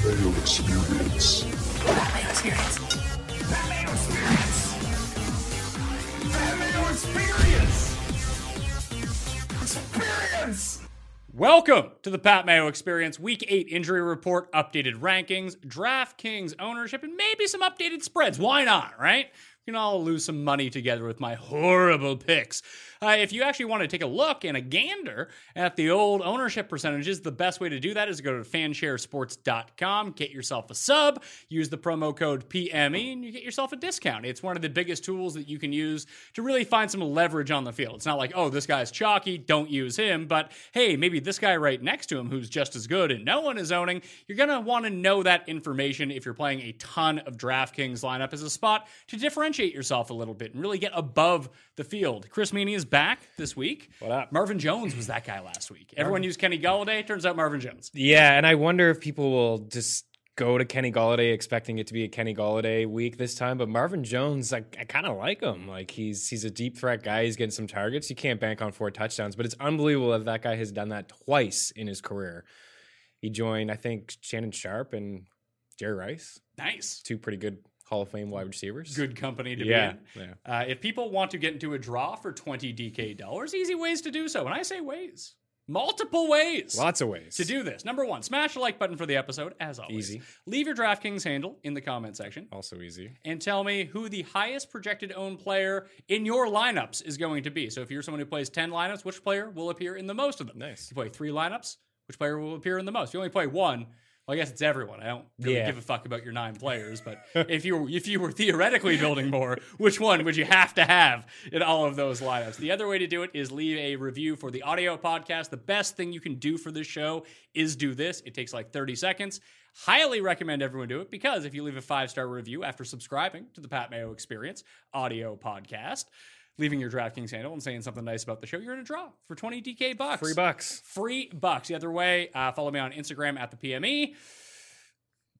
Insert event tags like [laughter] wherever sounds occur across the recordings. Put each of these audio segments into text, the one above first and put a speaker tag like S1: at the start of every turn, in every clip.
S1: male experience.
S2: Welcome to the Pat Mayo Experience Week 8 Injury Report, updated rankings, DraftKings ownership, and maybe some updated spreads. Why not, right? We can all lose some money together with my horrible picks. Uh, if you actually want to take a look and a gander at the old ownership percentages, the best way to do that is to go to fansharesports.com, get yourself a sub, use the promo code PME, and you get yourself a discount. It's one of the biggest tools that you can use to really find some leverage on the field. It's not like, oh, this guy's chalky, don't use him, but hey, maybe this guy right next to him who's just as good and no one is owning, you're going to want to know that information if you're playing a ton of DraftKings lineup as a spot to differentiate yourself a little bit and really get above the field. Chris Meany is back this week. What up? Marvin Jones was that guy last week. Everyone used Kenny Galladay. Turns out Marvin Jones.
S3: Yeah, and I wonder if people will just go to Kenny Galladay expecting it to be a Kenny Galladay week this time. But Marvin Jones, I, I kind of like him. Like he's he's a deep threat guy. He's getting some targets. You can't bank on four touchdowns, but it's unbelievable that that guy has done that twice in his career. He joined, I think, Shannon Sharp and Jerry Rice,
S2: Nice.
S3: two pretty good Hall of Fame wide receivers.
S2: Good company to
S3: Yeah,
S2: be in.
S3: yeah.
S2: Uh, if people want to get into a draw for 20 DK dollars, easy ways to do so. And I say ways, multiple ways.
S3: Lots of ways
S2: to do this. Number one, smash the like button for the episode, as always.
S3: Easy. Oh.
S2: Leave your DraftKings handle in the comment section
S3: Also easy.
S2: and tell me who the highest projected own player in your lineups is going to be. So if you're someone who plays 10 lineups, which player will appear in the most of them?
S3: Nice.
S2: If you play three lineups, which player will appear in the most? If you only play one, well, I guess it's everyone. I don't really
S3: Yeah.
S2: give a fuck about your nine players, but if you if you were theoretically building more, which one would you have to have in all of those lineups? The other way to do it is leave a review for the audio podcast. The best thing you can do for this show is do this. It takes like 30 seconds. Highly recommend everyone do it because if you leave a five star review after subscribing to the Pat Mayo Experience audio podcast, leaving your DraftKings handle and saying something nice about the show, you're in a draw for 20 DK bucks
S3: Three bucks.
S2: free bucks. The other way, uh, follow me on Instagram at the PME.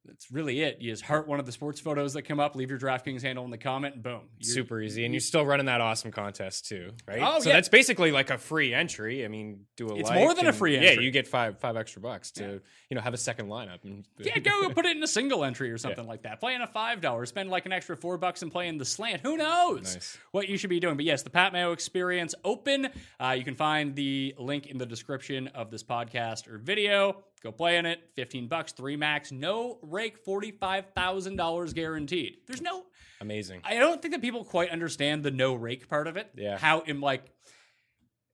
S2: That's really it. You just heart one of the sports photos that come up, leave your DraftKings handle in the comment, and boom. You're-
S3: Super easy. And you're still running that awesome contest too, right?
S2: Oh,
S3: so
S2: yeah.
S3: that's basically like a free entry. I mean, do a
S2: It's
S3: like
S2: more than a
S3: and-
S2: free
S3: Yeah,
S2: entry.
S3: you get five five extra bucks to, you know, have a second lineup. And
S2: [laughs]
S3: [laughs]
S2: Yeah, go put it in a single entry or something like that. Play in a five dollar, spend like an extra four bucks and play in the slant. Who knows
S3: Nice.
S2: what you should be doing? But yes, the Pat Mayo Experience open. Uh, you can find the link in the description of this podcast or video. Go play in it. Fifteen bucks, three max, no rake, forty five thousand dollars guaranteed. There's no
S3: Amazing.
S2: I don't think that people quite understand the no rake part of it.
S3: Yeah.
S2: How in like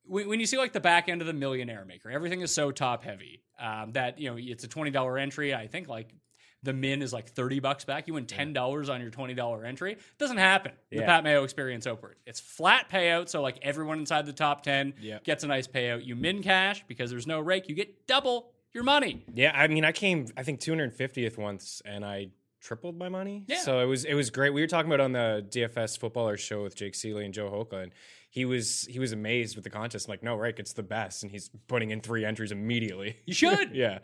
S2: when, when you see like the back end of the millionaire maker, everything is so top heavy um, that you know it's a twenty dollar entry. I think like the min is like thirty bucks back. You win ten dollars on your twenty dollar entry. doesn't happen. in The
S3: Yeah.
S2: Pat Mayo Experience Open. It's flat payout, so like everyone inside the top ten
S3: Yep.
S2: gets a nice payout. You min cash because there's no rake. You get double your money.
S3: Yeah, I mean, I came I think 250th once, and I tripled my money.
S2: Yeah.
S3: So it was it was great. We were talking about it on the DFS footballer show with Jake Seeley and Joe Hoka, and he was he was amazed with the contest. I'm like, no, Rick, it's the best, and he's putting in three entries immediately. [laughs]
S2: You should.
S3: yeah,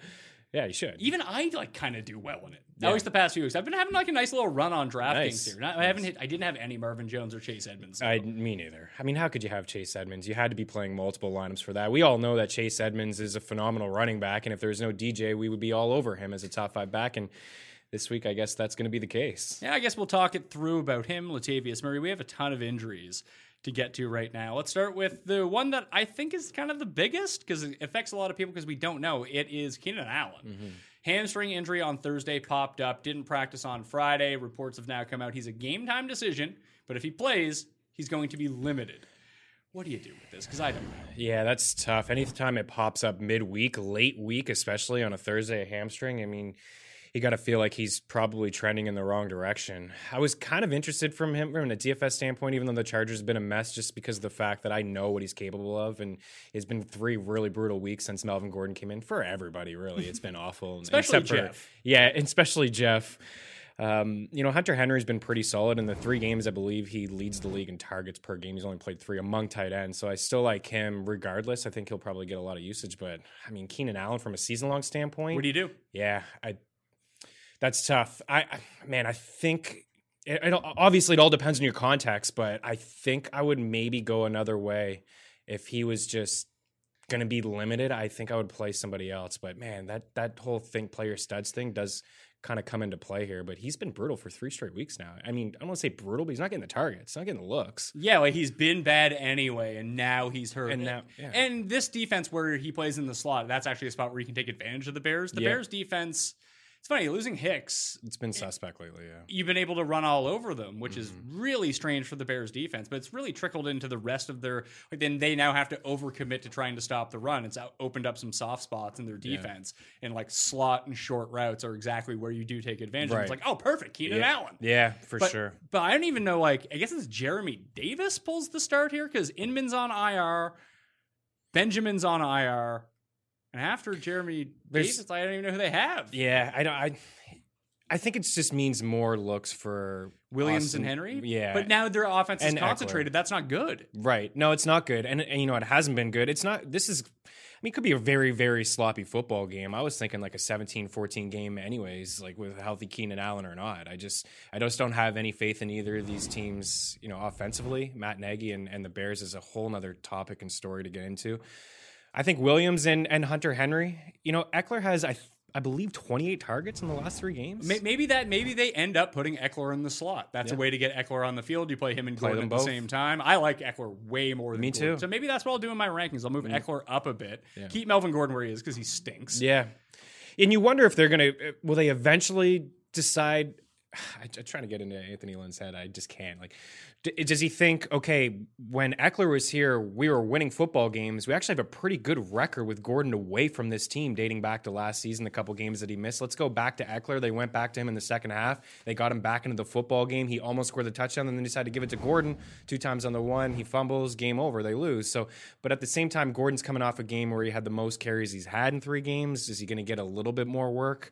S3: yeah, you should.
S2: Even I like kind of do well in it.
S3: Yeah.
S2: At least the past few weeks, I've been having like a nice little run on DraftKings
S3: Nice.
S2: here. Not- I haven't hit. I didn't have any Marvin Jones or Chase Edmonds.
S3: I me neither. I mean, how could you have Chase Edmonds? You had to be playing multiple lineups for that. We all know that Chase Edmonds is a phenomenal running back, and if there was no DJ, we would be all over him as a top five back. And this week, I guess that's going to be the case.
S2: Yeah, I guess we'll talk it through about him, Latavius Murray. We have a ton of injuries to get to right now. Let's start with the one that I think is kind of the biggest because it affects a lot of people because we don't know. It is Keenan Allen.
S3: Mm-hmm.
S2: Hamstring injury on Thursday popped up, didn't practice on Friday. Reports have now come out. He's a game time decision, but if he plays, he's going to be limited. What do you do with this? Because I don't know.
S3: Yeah, that's tough. Anytime it pops up midweek, late week, especially on a Thursday, a hamstring, I mean, you got to feel like he's probably trending in the wrong direction. I was kind of interested from him from a DFS standpoint, even though the Chargers have been a mess, just because of the fact that I know what he's capable of. And it's been three really brutal weeks since Melvin Gordon came in for everybody, really. It's been awful. and-
S2: Especially
S3: except for-
S2: Jeff.
S3: yeah, and especially Jeff. Um, you know, Hunter Henry's been pretty solid in the three games. I believe he leads the league in targets per game. He's only played three among tight ends, so I still like him regardless. I think he'll probably get a lot of usage, but I mean, Keenan Allen from a season long standpoint,
S2: What do you do?
S3: yeah, I. That's tough. I, I man, I think it, it all- obviously it all depends on your context, but I think I would maybe go another way if he was just going to be limited. I think I would play somebody else, but man, that that whole thing player studs thing does kind of come into play here. But he's been brutal for three straight weeks now. I mean, I don't want to say brutal, but he's not getting the targets, not getting the looks.
S2: Yeah, like he's been bad anyway, and now he's hurt.
S3: And now- yeah.
S2: and this defense where he plays in the slot, that's actually a spot where you can take advantage of the Bears. The
S3: Yeah.
S2: Bears defense, it's funny losing Hicks.
S3: It's been suspect lately. Yeah.
S2: You've been able to run all over them, which is
S3: Mm-hmm.
S2: really strange for the Bears defense. But it's really trickled into the rest of their. Like then they now have to overcommit to trying to stop the run. It's out, opened up some soft spots in their defense, and like slot and short routes are exactly where you do take advantage. of it. It's
S3: Right.
S2: like oh, perfect, Keenan
S3: yeah.
S2: Allen.
S3: Yeah, for
S2: But,
S3: sure.
S2: But I don't even know. Like, I guess it's Jeremy Davis pulls the start here because Inman's on IR, Benjamin's on IR, and after Jeremy
S3: There's-
S2: Davis, I don't even know who they have.
S3: Yeah, I don't. I, I think it just means more looks for
S2: Williams
S3: Austin-
S2: and Henry.
S3: Yeah,
S2: But now their offense is
S3: And Eckler.
S2: concentrated. That's not good.
S3: right? No, it's not good, and, and you know it hasn't been good. It's not. This is. I mean, it could be a very, very sloppy football game. I was thinking like a 17-14 game, anyways, like with a healthy Keenan Allen or not. I just, I just don't have any faith in either of these teams. You know, offensively, Matt Nagy and, and the Bears is a whole nother topic and story to get into. I think Williams and, and Hunter Henry. You know, Eckler has I, th- I believe twenty eight targets in the last three games.
S2: May- Maybe that. Maybe they end up putting Eckler in the slot. That's a way to get Eckler on the field. You play him and Gordon
S3: them
S2: at the
S3: both.
S2: same time. I like Eckler way more. Than
S3: Me
S2: Gordon.
S3: too. Mm.
S2: So maybe that's what I'll do in my rankings. I'll move Eckler up a bit. Keep Melvin Gordon where he is because he stinks.
S3: Yeah. And you wonder if they're going to, will they eventually decide? [sighs] I, I'm trying to get into Anthony Lynn's head. I just can't. Like, d- does he think, okay, when Eckler was here, we were winning football games. We actually have a pretty good record with Gordon away from this team dating back to last season, the couple games that he missed. Let's go back to Eckler. They went back to him in the second half. They got him back into the football game. He almost scored the touchdown and then decided to give it to Gordon two times on the one. He fumbles, game over. They lose. So, but at the same time, Gordon's coming off a game where he had the most carries he's had in three games. Is he going to get a little bit more work?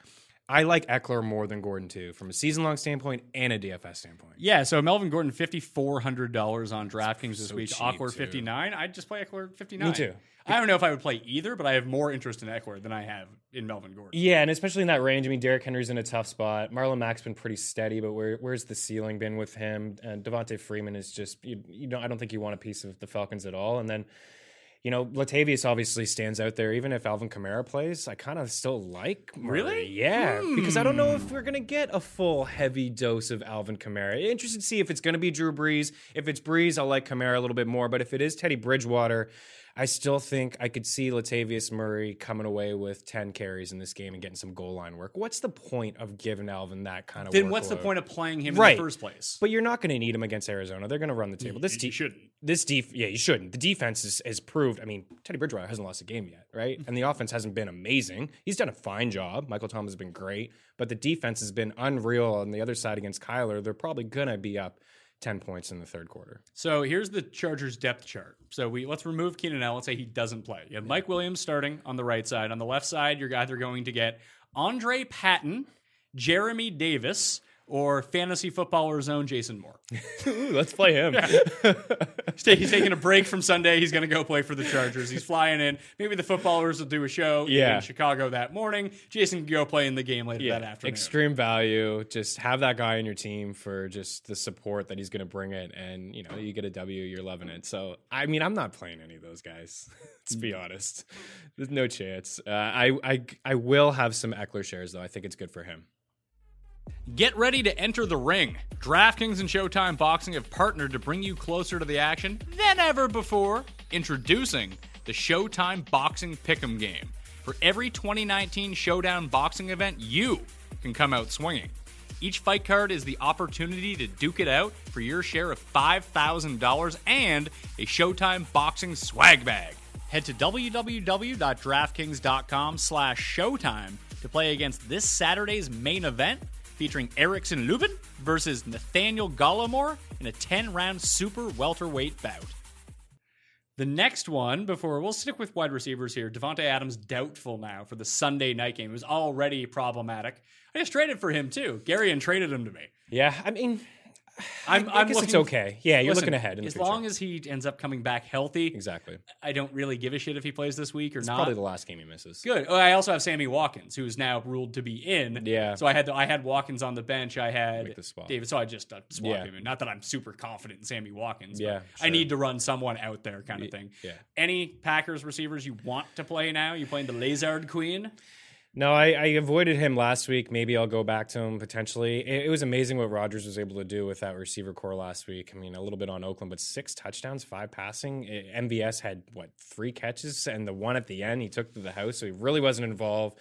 S3: I like Eckler more than Gordon too, from a season long standpoint and a DFS standpoint.
S2: Yeah, so Melvin Gordon fifty four hundred dollars on DraftKings this week.
S3: cheap,
S2: Awkward
S3: too.
S2: fifty nine. I'd just play Eckler fifty nine.
S3: Me too.
S2: I don't know if I would play either, but I have more interest in Eckler than I have in Melvin Gordon.
S3: Yeah, and especially in that range. I mean, Derrick Henry's in a tough spot. Marlon Mack's been pretty steady, but where, where's the ceiling been with him? And Devontae Freeman is just you, you know I don't think you want a piece of the Falcons at all. And then you know Latavius obviously stands out there. Even if Alvin Kamara plays, I kind of still like Murray.
S2: Really? Hmm.
S3: Yeah, because I don't know if we're gonna get a full heavy dose of Alvin Kamara. Interested to see if it's gonna be Drew Brees. If it's Brees, I'll like Kamara a little bit more. But if it is Teddy Bridgewater, I still think I could see Latavius Murray coming away with ten carries in this game and getting some goal line work. What's the point of giving Alvin that kind of?
S2: Then what's the
S3: workload?
S2: point of playing him
S3: Right.
S2: in the first place?
S3: But you're not going to need him against Arizona. They're going to run the table. This de-
S2: shouldn't.
S3: This def yeah, you shouldn't. The defense is, is proved. I mean, Teddy Bridgewater hasn't lost a game yet,
S2: Mm-hmm.
S3: right? And the offense hasn't been amazing. He's done a fine job. Michael Thomas has been great, but the defense has been unreal. On the other side against Kyler, they're probably going to be up ten points in the third quarter.
S2: So here's the Chargers depth chart. So we let's remove Keenan Allen. Let's say he doesn't play. You have Mike Williams starting on the right side. On the left side, you're either going to get Andre Patton Jeremy Davis or fantasy footballer's own Jason Moore.
S3: Ooh, let's play him. [laughs]
S2: He's, ta- he's taking a break from Sunday. He's going to go play for the Chargers. He's flying in. Maybe the footballers will do a show
S3: Yeah.
S2: in Chicago that morning. Jason can go play in the game later that afternoon.
S3: Extreme value. Just have that guy on your team for just the support that he's going to bring it. And, you know, you get a W, you're loving it. So, I mean, I'm not playing any of those guys, [laughs] to be honest. There's no chance. Uh, I, I, I will have some Eckler shares, though. I think it's good for him.
S2: Get ready to enter the ring. DraftKings and Showtime Boxing have partnered to bring you closer to the action than ever before. Introducing the Showtime Boxing Pick'em game. For every 2019 Showdown boxing event, you can come out swinging. Each fight card is the opportunity to duke it out for your share of $5,000 and a Showtime Boxing swag bag. Head to www.draftkings.com slash showtime to play against this Saturday's main event featuring Erickson Lubin versus Nathaniel Gallimore in a 10-round super welterweight bout. The next one before we'll stick with wide receivers here. Devonte Adams doubtful now for the Sunday night game. It was already problematic. I just traded for him too. Gary and traded him to me.
S3: Yeah. I mean,
S2: I'm,
S3: I
S2: I'm
S3: guess
S2: looking,
S3: it's okay. Yeah, you're
S2: Listen,
S3: looking ahead. In the
S2: as
S3: future.
S2: long as he ends up coming back healthy,
S3: Exactly.
S2: I don't really give a shit if he plays this week or
S3: It's
S2: not.
S3: probably the last game he misses.
S2: Good. Oh, I also have Sammy Watkins, who is now ruled to be in.
S3: Yeah.
S2: So I had I had Watkins on the bench. I had
S3: Make the swap.
S2: David. So I just uh, swapped
S3: Yeah.
S2: him in. Not that I'm super confident in Sammy Watkins. but
S3: Yeah,
S2: I
S3: sure.
S2: need to run someone out there, kind of thing.
S3: yeah.
S2: Any Packers receivers you want to play now? You playing the Lazard Queen?
S3: No, I, I avoided him last week. Maybe I'll go back to him potentially. It, it was amazing what Rodgers was able to do with that receiver core last week. I mean, a little bit on Oakland, but six touchdowns, five passing. I- MVS had what three catches, and the one at the end he took to the house, so he really wasn't involved.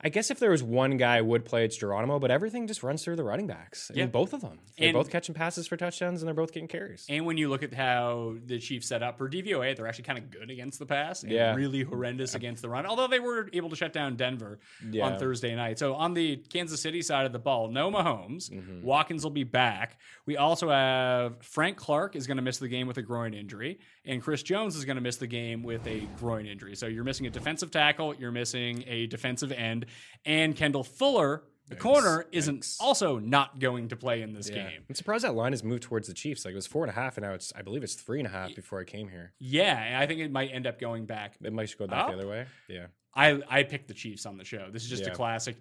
S3: I guess if there was one guy I would play, it's Geronimo, but everything just runs through the running backs. I mean,
S2: Yeah.
S3: both of them. They're
S2: And-
S3: both catching passes for touchdowns, and they're both getting carries.
S2: And when you look at how the Chiefs set up for DVOA, they're actually kind of good against the pass and
S3: Yeah.
S2: really horrendous against the run. Although they were able to shut down Denver
S3: Yeah.
S2: on Thursday night. So on the Kansas City side of the ball, no Mahomes.
S3: Mm-hmm.
S2: Watkins will be back. We also have Frank Clark is going to miss the game with a groin injury, and Chris Jones is going to miss the game with a groin injury. So you're missing a defensive tackle, you're missing a defensive end, and Kendall Fuller, the corner, isn't also not going to play in this
S3: Yeah.
S2: game.
S3: I'm surprised that line has moved towards the Chiefs. Like it was four and a half, and now it's I believe it's three and a half before I came here.
S2: Yeah, and I think it might end up going back.
S3: It might should go back
S2: Up?
S3: the other way. Yeah.
S2: I, I picked the Chiefs on the show. This is just a
S3: Yeah.
S2: classic.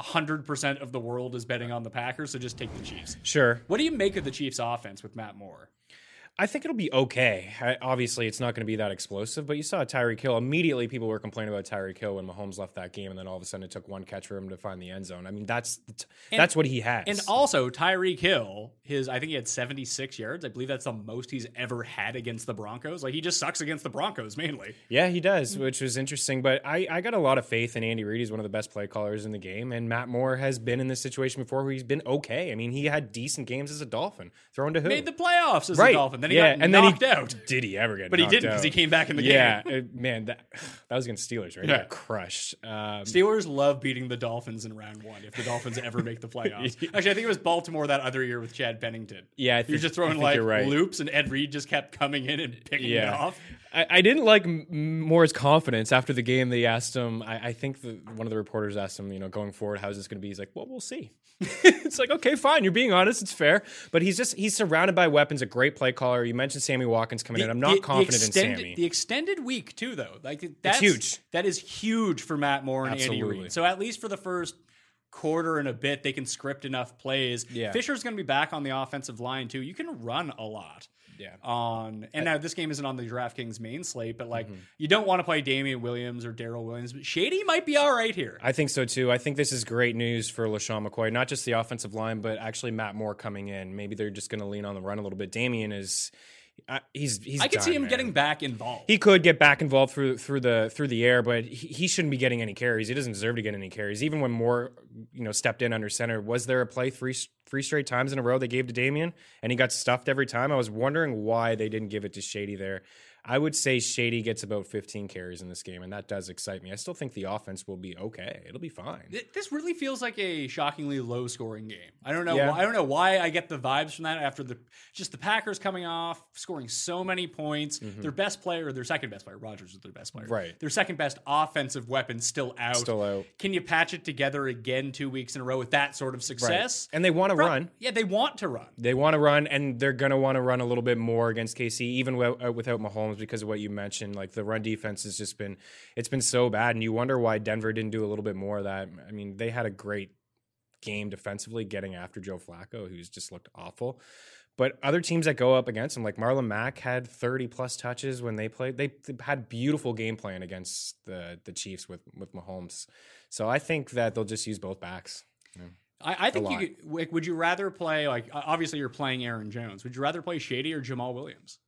S2: 100% of the world is betting on the Packers, so just take the Chiefs.
S3: Sure.
S2: What do you make of the Chiefs' offense with Matt Moore?
S3: I think it'll be okay. I, obviously, it's not going to be that explosive, but you saw Tyreek Hill. Immediately, people were complaining about Tyreek Hill when Mahomes left that game, and then all of a sudden, it took one catch for him to find the end zone. I mean, that's the t- that's what he has.
S2: And also Tyreek Hill, his I think he had 76 yards. I believe that's the most he's ever had against the Broncos. Like he just sucks against the Broncos mainly.
S3: yeah, he does,
S2: Mm-hmm.
S3: which was interesting. But I, I got a lot of faith in Andy Reid. He's one of the best play callers in the game, and Matt Moore has been in this situation before where he's been okay. I mean, he had decent games as a Dolphin. Thrown to who?
S2: Made the playoffs as
S3: right.
S2: a Dolphin. Then he
S3: yeah,
S2: got
S3: and
S2: knocked
S3: then he, [laughs]
S2: out.
S3: Did he ever get?
S2: But he
S3: knocked
S2: didn't because
S3: out?
S2: he came back in the
S3: yeah,
S2: game.
S3: uh, man, that [sighs] that was against Steelers, right? He
S2: Yeah.
S3: got crushed. Um,
S2: Steelers love beating the Dolphins in round one if the Dolphins ever make the
S3: [laughs]
S2: playoffs. Actually, I think it was Baltimore that other year with Chad Bennington.
S3: Yeah, I
S2: He was
S3: think-
S2: just throwing
S3: I think
S2: like
S3: you're right.
S2: loops, and Ed Reed just kept coming in and picking it off.
S3: I, I didn't like M- M- Moore's confidence after the game. They asked him, I, I think the, one of the reporters asked him, you know, going forward, how's this going to be? He's like, well, we'll see. [laughs] it's like, okay, fine. You're being honest. It's fair. But he's just, he's surrounded by weapons, a great play caller. You mentioned Sammy Watkins coming in. I'm not confident
S2: extended,
S3: in Sammy.
S2: The extended week too, though, like that's
S3: huge.
S2: That is huge for Matt Moore and Andy
S3: Absolutely.
S2: Reid. So at least for the first quarter and a bit, they can script enough plays.
S3: Yeah.
S2: Fisher's going to be back on the offensive line too. You can run a lot.
S3: Yeah.
S2: On and now this game isn't on the DraftKings main slate, but like
S3: Mm-hmm.
S2: you don't want to play Damian Williams or Daryl Williams. But Shady might be all right here.
S3: I think so too. I think this is great news for LaShawn McCoy, not just the offensive line, but actually Matt Moore coming in. Maybe they're just going to lean on the run a little bit. Damien is, I he's, he's,
S2: I could see
S3: done,
S2: him
S3: man.
S2: getting back involved.
S3: he could get back involved through through the through the air, but he, he shouldn't be getting any carries. He doesn't deserve to get any carries. Even when Moore, you know, stepped in under center, was there a play three three straight times in a row they gave to Damien and he got stuffed every time? I was wondering why they didn't give it to Shady there. I would say Shady gets about 15 carries in this game, and that does excite me. I still think the offense will be okay. It'll be fine.
S2: Th- This really feels like a shockingly low scoring game. I don't know.
S3: Yeah.
S2: Why, I don't know why I get the vibes from that after the just the Packers coming off scoring so many points. Their best player, their second best player, Rogers is their best player.
S3: Mm-hmm. Right.
S2: Their second best offensive weapon still out.
S3: Still out.
S2: Can you patch it together again two weeks in a row with that sort of
S3: Right.
S2: success?
S3: And they want to
S2: Pro-
S3: run.
S2: Yeah, they want to run.
S3: They want to run, and they're going to want to run a little bit more against KC, even wi- uh, without Mahomes, because of what you mentioned. Like the run defense has just been, it's been so bad, and you wonder why Denver didn't do a little bit more of that. I mean, they had a great game defensively, getting after Joe Flacco, who's just looked awful. But other teams that go up against them, like Marlon Mack, had thirty plus touches when they played. They they had beautiful game plan against the the Chiefs with with Mahomes. So I think that they'll just use both backs.
S2: I, I think you
S3: lot.
S2: could, like, would you rather play like o- obviously you're playing Aaron Jones. Would you rather play Shady or Jamal Williams?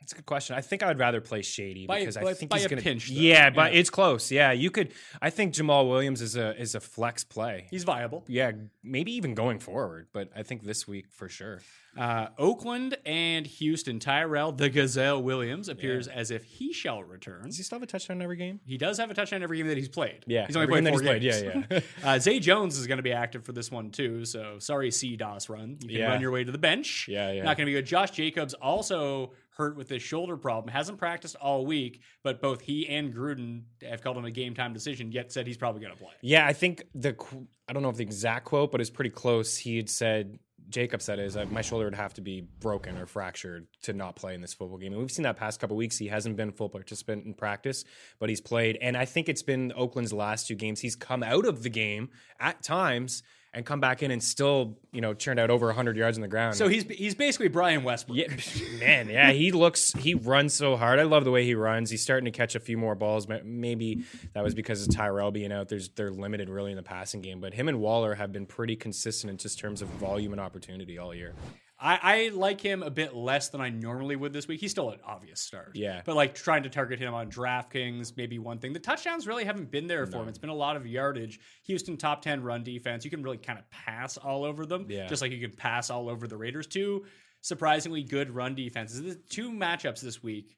S3: That's a good question. I think I would rather play Shady
S2: By a-
S3: because
S2: by-
S3: I think
S2: by
S3: he's
S2: a
S3: going to
S2: pinch, though.
S3: Yeah, but
S2: Yeah.
S3: it's close. Yeah, you could. I think Jamal Williams is a is a flex play.
S2: He's viable.
S3: yeah, maybe even going forward, but I think this week for sure.
S2: Uh, Oakland and Houston. Tyrell the Gazelle Williams appears as if he shall return.
S3: Does he still have a touchdown in every game?
S2: He does have a touchdown every game that he's played.
S3: Yeah,
S2: he's only
S3: every
S2: played
S3: game
S2: four
S3: that he's
S2: games.
S3: played,
S2: [laughs]
S3: yeah,
S2: uh, Zay Jones is going to be active for this one too. So sorry, C. Dos run. You can
S3: Yeah.
S2: run your way to the bench.
S3: Yeah, yeah.
S2: Not going to be good. Josh Jacobs also hurt with this shoulder problem. Hasn't practiced all week, but both he and Gruden have called him a game time decision. Yet said he's probably going to play.
S3: Yeah, I think the qu- I don't know if the exact quote, but it's pretty close. He had said Jacob said is my shoulder would have to be broken or fractured to not play in this football game. And we've seen that past couple weeks. He hasn't been full participant in practice, but he's played. And I think it's been Oakland's last two games. He's come out of the game at times and come back in and still you know churned out over 100 yards on the ground.
S2: So he's he's basically Brian Westbrook.
S3: Yeah, [laughs] man. Yeah, he looks. He runs so hard. I love the way he runs. He's starting to catch a few more balls. Ma- Maybe that was because of Tyrell being out. There's they're limited really in the passing game. But him and Waller have been pretty consistent in just terms of volume and opportunity all year.
S2: I, I like him a bit less than I normally would this week. He's still an obvious start.
S3: Yeah.
S2: But like trying to target him on DraftKings, maybe one thing. The touchdowns really haven't been there for him. It's been a lot of yardage. Houston top 10 run defense. You can really kind of pass all over them,
S3: Yeah.
S2: just like you can pass all over the Raiders. Two surprisingly good run defenses. The two matchups this week,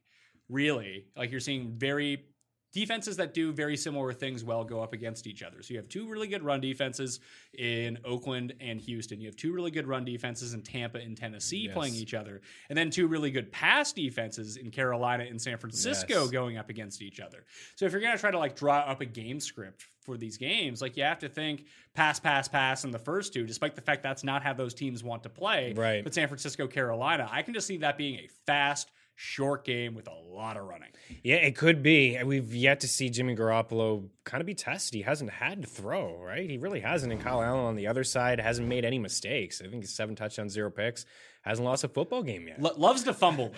S2: really, like you're seeing very defenses that do very similar things well go up against each other. So you have two really good run defenses in Oakland and Houston. You have two really good run defenses in Tampa and Tennessee playing each other. And then two really good pass defenses in Carolina and San Francisco
S3: Yes.
S2: going up against each other. So if you're going to try to like draw up a game script for these games, like you have to think pass pass pass in the first two despite the fact that's not how those teams want to play.
S3: Right.
S2: But San Francisco Carolina, I can just see that being a fast short game with a lot of running.
S3: Yeah, it could be. And We've yet to see Jimmy Garoppolo kind of be tested. He hasn't had to throw, right? He really hasn't. And Kyle Allen on the other side hasn't made any mistakes. I think he's seven touchdowns, zero picks. Hasn't lost a football game yet.
S2: Lo- loves to fumble. Though.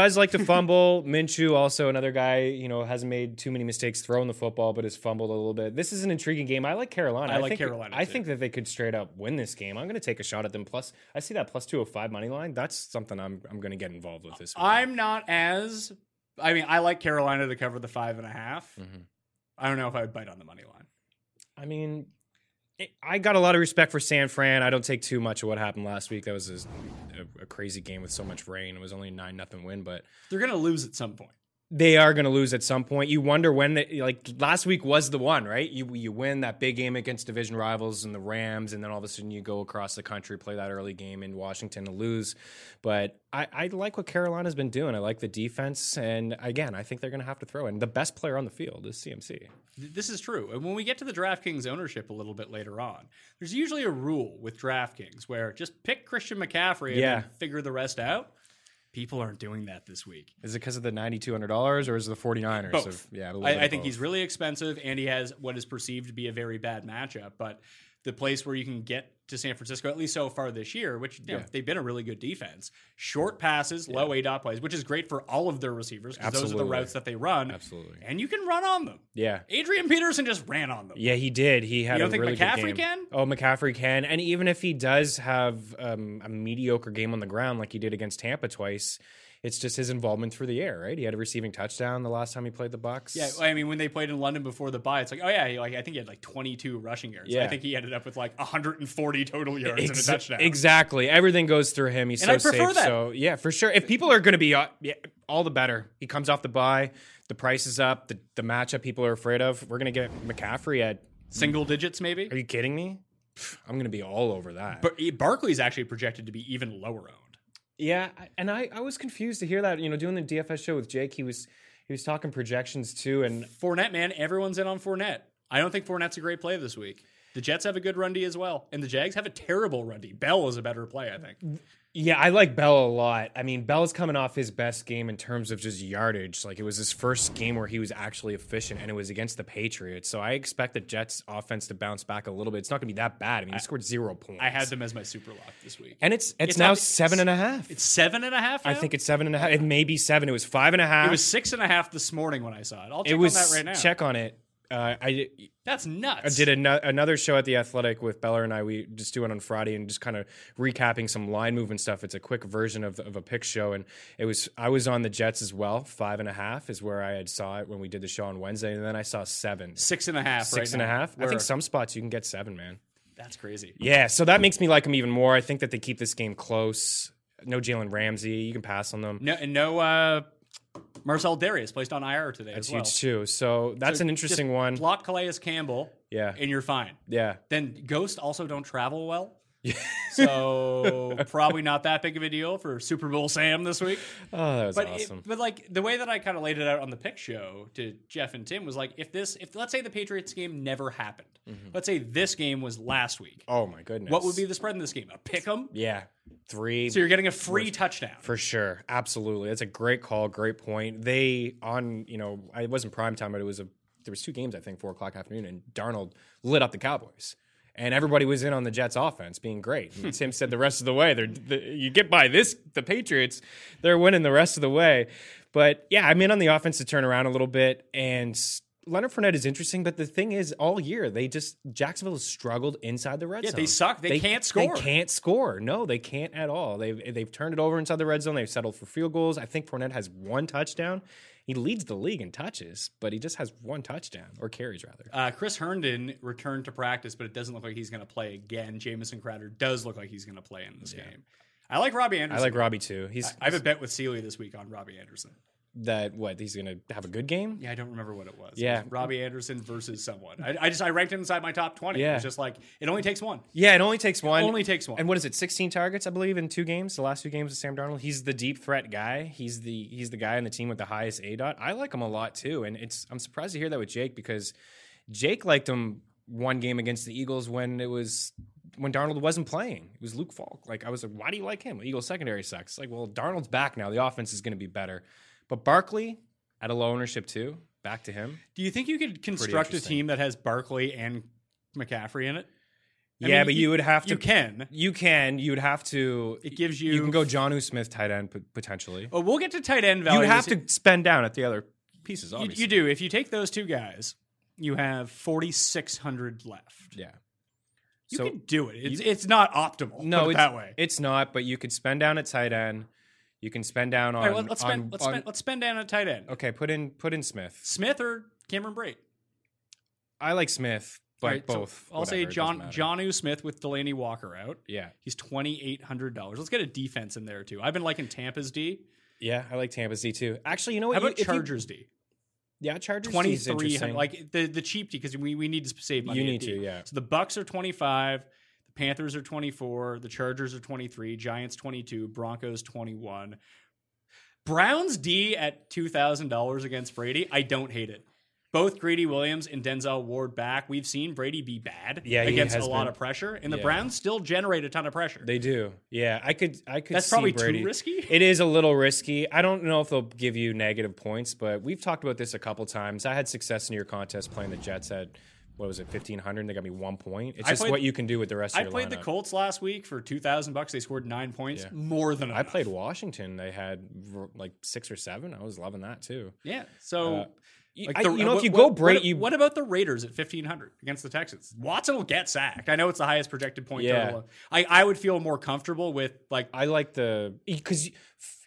S3: does like to fumble. [laughs] Minshew, also another guy, you know, hasn't made too many mistakes throwing the football, but has fumbled a little bit. This is an intriguing game. I like Carolina.
S2: I like
S3: think,
S2: Carolina,
S3: I
S2: too.
S3: think that they could straight up win this game. I'm going to take a shot at them. Plus, I see that plus 205 money line. That's something I'm I'm going to get involved with this. week.
S2: I'm not as. I mean, I like Carolina to cover the five and a half. I don't know if I would bite on the money line.
S3: I mean, it, I got a lot of respect for San Fran. I don't take too much of what happened last week. That was a, a, a crazy game with so much rain. It was only a nine nothing win, but
S2: They're going to lose at some point.
S3: they are going to lose at some point. You wonder when they like last week was the one, right? You you win that big game against division rivals and the Rams, and then all of a sudden you go across the country, play that early game in Washington to lose. But I, I like what Carolina's been doing. I like the defense, and again, I think they're going to have to throw in the best player on the field is CMC.
S2: Th- This is true. And when we get to the DraftKings ownership a little bit later on, there's usually a rule with DraftKings where just pick Christian McCaffrey and
S3: Yeah.
S2: then figure the rest out. People aren't doing that this week.
S3: Is it because of the ninety two hundred dollars, or is it the 49ers?
S2: Both.
S3: Of, yeah, a little bit
S2: I, I
S3: of
S2: think
S3: both.
S2: he's really expensive, and he has what is perceived to be a very bad matchup. But the place where you can get to San Francisco, at least so far this year, which you know,
S3: Yeah.
S2: they've been a really good defense, short passes, low A dot plays, which is great for all of their receivers because those are the
S3: Absolutely.
S2: routes that they run.
S3: Absolutely.
S2: and you can run on them.
S3: yeah.
S2: Adrian Peterson just ran on them.
S3: Yeah, he did. He had.
S2: You don't
S3: a
S2: think
S3: really
S2: McCaffrey
S3: good game.
S2: can?
S3: Oh, McCaffrey can, and even if he does have um, a mediocre game on the ground, like he did against Tampa twice, It's just his involvement through the air, right? He had a receiving touchdown the last time he played the Bucks.
S2: Yeah, I mean, when they played in London before the bye, it's like, oh yeah, he, like I think he had like 22 rushing yards. I
S3: Yeah. E-,
S2: think he ended up with like 140 total yards and a
S3: Ex-
S2: touchdown.
S3: Exactly. Everything goes through him. He's
S2: And
S3: so
S2: I prefer
S3: safe.
S2: that.
S3: So yeah, for sure. If people are going to be uh, yeah, all the better. He comes off the buy. The price is up. The, the matchup people are afraid of. We're going to get McCaffrey at.
S2: Single digits, maybe.
S3: Are you kidding me? Pff, I'm going to be all over that.
S2: But eh, Barkley's actually projected to be even lower owned.
S3: Yeah, I- and I, I was confused to hear that. You know, doing the DFS show with Jake, he was he was talking projections too, and
S2: Fournette, man, everyone's in on Fournette. I don't think Fournette's a great play this week. The Jets have a good run D as well, and the Jags have a terrible run D. Bell is a better play, I think.
S3: yeah, I like Bell a lot. I mean, Bell's coming off his best game in terms of just yardage. Like it was his first game where he was actually efficient, and it was against the Patriots. So I expect the Jets' offense to bounce back a little bit. It's not going to be that bad. I mean, he scored zero points.
S2: I had them as my super lock this week.
S3: and it's it's,
S2: It's
S3: now
S2: not-
S3: seven and a half.
S2: it's seven and a half.
S3: I
S2: now?
S3: think it's seven and a half. It may be seven. It was five and a half.
S2: it was six and a half this morning when I saw it. I'll check
S3: It was
S2: on that right now.
S3: check on it. Uh, I
S2: That's nuts.
S3: I did ano- another show at the Athletic with Beller and I. We just do it on Friday and just kind of recapping some line movement stuff. It's a quick version of, of a pick show, and it was I was on the Jets as well. Five and a half is where I had saw it when we did the show on Wednesday, and then I saw seven,
S2: six and a half.
S3: six
S2: right
S3: and a
S2: now.
S3: half. I
S2: Where-
S3: think some spots you can get seven, man.
S2: That's crazy.
S3: Yeah, so that makes me like them even more. I think that they keep this game close. No Jalen Ramsey, you can pass on them.
S2: No, and no uh, Marcel Darius placed on IR today.
S3: That's
S2: as well.
S3: huge too. So that's
S2: So
S3: an
S2: just
S3: interesting one.
S2: Block Calais Campbell,
S3: Yeah,
S2: and you're fine.
S3: yeah.
S2: Then Ghost also don't travel well. [laughs] so probably not that big of a deal for Super Bowl Sam this week.
S3: [laughs] Oh, that was
S2: But it-
S3: awesome.
S2: but like the way that I kind of laid it out on the pick show to Jeff and Tim was like if this if let's say the Patriots game never happened. Let's say this game was last week.
S3: Mm-hmm. oh my goodness.
S2: What would be the spread in this game? A pick 'em?
S3: Yeah, three.
S2: So you're getting a free touchdown.
S3: For sure, absolutely. That's a great call, great point. They on you know I- it wasn't prime time, but it was a there was two games I think four o'clock afternoon, and Darnold lit up the Cowboys, and everybody was in on the Jets offense being great. And Tim said the rest of the way, they're the, you get by this the Patriots, they're winning the rest of the way. But yeah, I'm in on the offense to turn around a little bit and. Leonard Fournette is interesting, but the thing is, all year they just Jacksonville has struggled inside the red
S2: Yeah,
S3: zone.
S2: they suck. They can't score.
S3: They can't score. No, they can't at all. They've they've turned it over inside the red zone. They've settled for field goals. I think Fournette has one touchdown. He leads the league in touches, but he just has one touchdown or carries rather.
S2: Uh, Chris Herndon returned to practice, but it doesn't look like he's going to play again. Jamison Crowder does look like he's going to play in this game. I like Robbie
S3: I
S2: Anderson.
S3: like Robbie too. He's
S2: I have a bet with Sealy this week on Robbie Anderson.
S3: that what he's gonna have a good game.
S2: Yeah, I don't remember what it was. It
S3: Yeah.
S2: was Robbie Anderson versus someone. I, I just I ranked him inside my top twenty. It
S3: Yeah.
S2: was just like it only takes one.
S3: Yeah, it only takes one.
S2: only takes one.
S3: And what is it? Sixteen targets, I believe, in two games. The last two games with Sam Darnold. He's the deep threat guy. He's the he's the guy on the team with the highest A dot. I like him a lot too, and it's I'm surprised to hear that with Jake because Jake liked him one game against the Eagles when it was when Darnold wasn't playing. It was Luke Falk. Like I was like, why do you like him? Eagles secondary sucks. Like well, Darnold's back now. The offense is going to be better, but Barkley at a low ownership too. Back to him.
S2: Do you think you could construct a
S3: interesting.
S2: team that has Barkley and McCaffrey in it? I
S3: yeah,
S2: mean,
S3: but you, would have to.
S2: You can.
S3: You can. You'd have to.
S2: It gives you-
S3: You can go John U. Smith tight end p- potentially.
S2: But we'll get to tight end value.
S3: You'd have
S2: this-
S3: to spend down at the other pieces.
S2: You,
S3: Obviously,
S2: you do if you take those two guys, you have forty six hundred left.
S3: Yeah.
S2: You
S3: So-
S2: can do it. It's, it's not optimal.
S3: No,
S2: put it
S3: it's,
S2: that way.
S3: it's not. But you could spend down at tight end. You can spend down on.
S2: All right, let- let's
S3: on-
S2: spend let's
S3: on-
S2: spend let's spend down a tight end.
S3: Okay, put in put in Smith.
S2: Smith or Cameron Brate.
S3: I like Smith, but
S2: All right, so
S3: both.
S2: I'll
S3: whatever,
S2: say
S3: it doesn't
S2: John
S3: matter.
S2: John U. Smith with Delaney Walker out.
S3: Yeah,
S2: He's twenty eight hundred dollars. Let's get a defense in there too. I've been liking Tampa's D.
S3: yeah. I like Tampa's D too. Actually, you know
S2: How
S3: what? You-
S2: about
S3: if you-
S2: Chargers D?
S3: yeah, Chargers D
S2: Twenty
S3: is
S2: three
S3: interesting.
S2: hundred. Like the the cheap D because we we need to save money.
S3: You
S2: at
S3: need
S2: D.
S3: to, yeah.
S2: So the Bucks are twenty five. The Panthers are twenty four. The Chargers are twenty three. Giants twenty two. Broncos twenty one. Browns D at two thousand dollars against Brady. I don't hate it. Both Grady Williams and Denzel Ward back. We've seen Brady be bad
S3: Yeah, he
S2: against a
S3: has
S2: lot
S3: been-
S2: of pressure, and the
S3: Yeah.
S2: Browns still generate a ton of pressure.
S3: They do. Yeah, I could. I could.
S2: That's
S3: see
S2: probably too
S3: Brady.
S2: risky?
S3: It is a little risky. I don't know if they'll give you negative points, but we've talked about this a couple times. I had success in your contest playing the Jets at what was it, fifteen hundred? and They got me one point. It's
S2: I
S3: just
S2: played-
S3: what you can do with the rest. of
S2: I
S3: your
S2: played the
S3: lineup.
S2: Colts last week for two thousand bucks. They scored nine points, more than
S3: I
S2: enough.
S3: played Washington. They had r- like six or seven. I was loving that too.
S2: Yeah, so
S3: Uh, You-
S2: like
S3: I-
S2: the-
S3: you know,
S2: what-
S3: if you
S2: what-
S3: go
S2: what-
S3: Brady, you
S2: what about the Raiders at fifteen hundred against the Texans? Watson will get sacked. I know it's the highest projected point
S3: Yeah.
S2: total. I I would feel more comfortable with like
S3: I like the because e,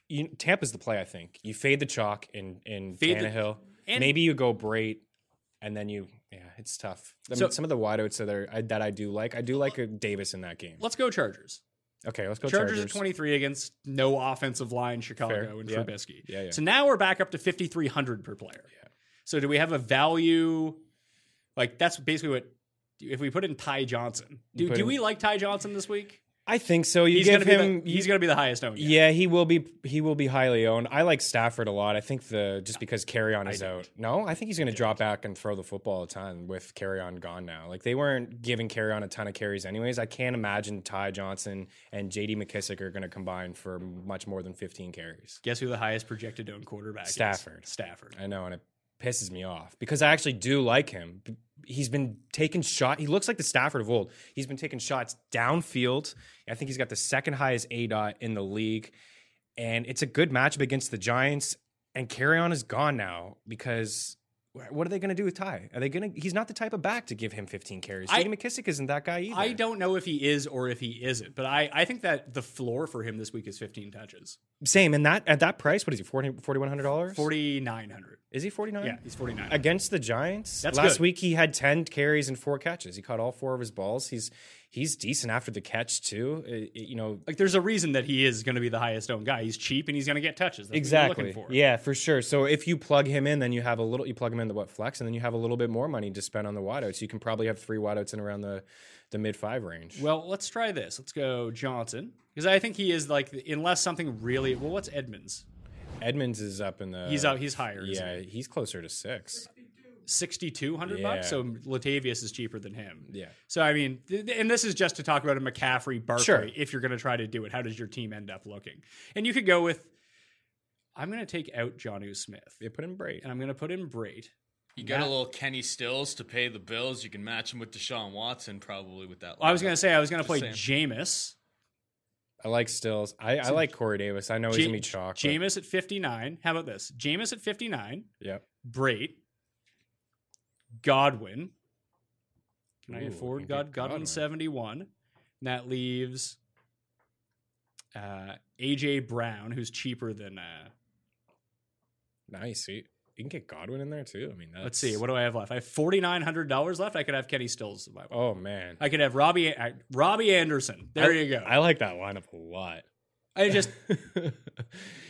S3: you, Tampa's the play. I think you fade the chalk in in
S2: Fade the-
S3: Tannehill.
S2: and-
S3: Maybe you go Brait, and then you. Yeah, it's tough. I mean,
S2: So-
S3: some of the wideouts that are I, that I do like. I do like a Davis in that game.
S2: Let's go Chargers.
S3: Okay, let's go
S2: Chargers,
S3: Chargers.
S2: at 23 against no offensive line Chicago and
S3: yeah.
S2: Trubisky.
S3: Yeah, yeah.
S2: So now we're back up to 5,300 per player. So do we have a value? Like that's basically what if we put in Ty Johnson. Do,
S3: put
S2: do
S3: in-
S2: we like Ty Johnson this week?
S3: I think so. You
S2: he's
S3: give
S2: gonna
S3: him.
S2: Be the, he's going to be the highest owned. guy.
S3: Yeah, he will be. He will be highly owned. I like Stafford a lot. I think the just because carry on is out. No, I think he's going to drop back and throw the football a ton with carry on gone now. Like they weren't giving carry on a ton of carries anyways. I can't imagine Ty Johnson and J.D. McKissick are going to combine for much more than 15 carries.
S2: Guess who the highest projected owned quarterback? is?
S3: Stafford.
S2: Stafford.
S3: I know, and it pisses me off because I actually do like him. B- He's been taking shot. He looks like the Stafford of old. He's been taking shots downfield. I think he's got the second highest A dot in the league, and it's a good matchup against the Giants. And carry on is gone now because. wh- What are they going to do with Ty? Are they going to? He's not the type of back to give him 15 carries.
S2: I-
S3: J.D. McKissick isn't that guy either.
S2: I don't know if he is or if he isn't, but I, I think that the floor for him this week is 15 touches.
S3: Same. And that at that price, what is he? 40 $4,100? dollars
S2: 4,900.
S3: Is he 49?
S2: Yeah, he's 49.
S3: against the Giants.
S2: That's
S3: last
S2: good.
S3: week he had 10 carries and four catches. He caught all four of his balls. He's he's decent after the catch too. Uh, uh, you know
S2: Like there's a reason that he is going to be the highest owned guy. He's cheap and he's going to get touches. That's What you're looking for.
S3: Yeah, for sure. So if you plug him in, then you have a little. You plug him into what flex, and then you have a little bit more money to spend on the wideouts. You can probably have three wideouts in around the the mid five range.
S2: Well, let's try this. Let's go Johnson because I think he is like unless something really well. What's Edmonds?
S3: Edmonds is up in the
S2: He's out. He's higher. isn't
S3: yeah, he's closer to six.
S2: sixty two hundred
S3: Yeah.
S2: bucks. So Latavius is cheaper than him.
S3: Yeah.
S2: So I mean, th- th- and this is just to talk about a McCaffrey Barkley.
S3: Sure.
S2: If you're going to try to do it, how does your team end up looking? And you could go with, I'm going to take out Johnu Smith
S3: They put him Bray.
S2: and I'm going to put in Braid.
S4: You got
S2: Matt-
S4: a little Kenny Stills to pay the bills. You can match him with Deshaun Watson probably with that.
S2: I was
S4: lineup.
S2: going to say I was going to play
S4: Just
S2: Jameis.
S3: I like Stills. I, I like Corey Davis. I know he's
S2: Ja-
S3: gonna be chalk. but-
S2: Jameis at 59. How about this? Jameis at 59.
S3: Yep.
S2: Brait. Godwin. Can I
S3: Ooh,
S2: get
S3: I
S2: Ford
S3: can get
S2: God, Godwin,
S3: Godwin.
S2: 71? And that leaves uh, AJ Brown, who's cheaper than. Uh,
S3: Nice. You, you can get Godwin in there too. I mean, that's,
S2: let's see, what do I have left? I have $4,900 left. I could have Kenny Stills. in my-
S3: Oh man,
S2: I could have Robbie uh, Robbie Anderson. There
S3: I-
S2: you go.
S3: I like that lineup a lot.
S2: I just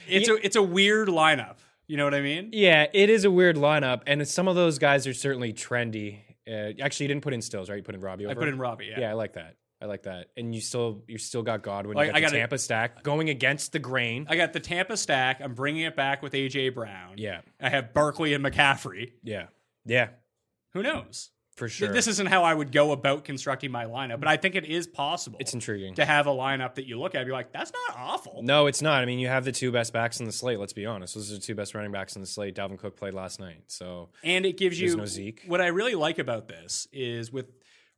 S2: it's a it's a weird lineup. You know what I mean?
S3: [laughs] yeah, it is a weird lineup, and it's- some of those guys are certainly trendy. Uh, actually, you didn't put in Stills, right? You put in Robbie. Over.
S2: I put in Robbie.
S3: Yeah. I like that. I like that. And you still you still got Godwin. You
S2: Like,
S3: got
S2: I
S3: the
S2: gotta-
S3: Tampa stack going against the grain.
S2: I got the Tampa stack. I'm bringing it back with AJ Brown.
S3: yeah,
S2: I have Barkley and McCaffrey.
S3: yeah, yeah,
S2: Who knows?
S3: for
S2: Th-
S3: sure.
S2: This isn't how I would go about constructing my lineup, but I think it is possible.
S3: it's intriguing.
S2: to have a lineup that you look at and be like, that's not awful.
S3: No, it's not. I mean, you have the two best backs in the slate. Let's be honest; those are the two best running backs in the slate. Dalvin Cook played last night, so
S2: And it gives
S3: There's
S2: you
S3: no Zeke.
S2: what I really like about this is with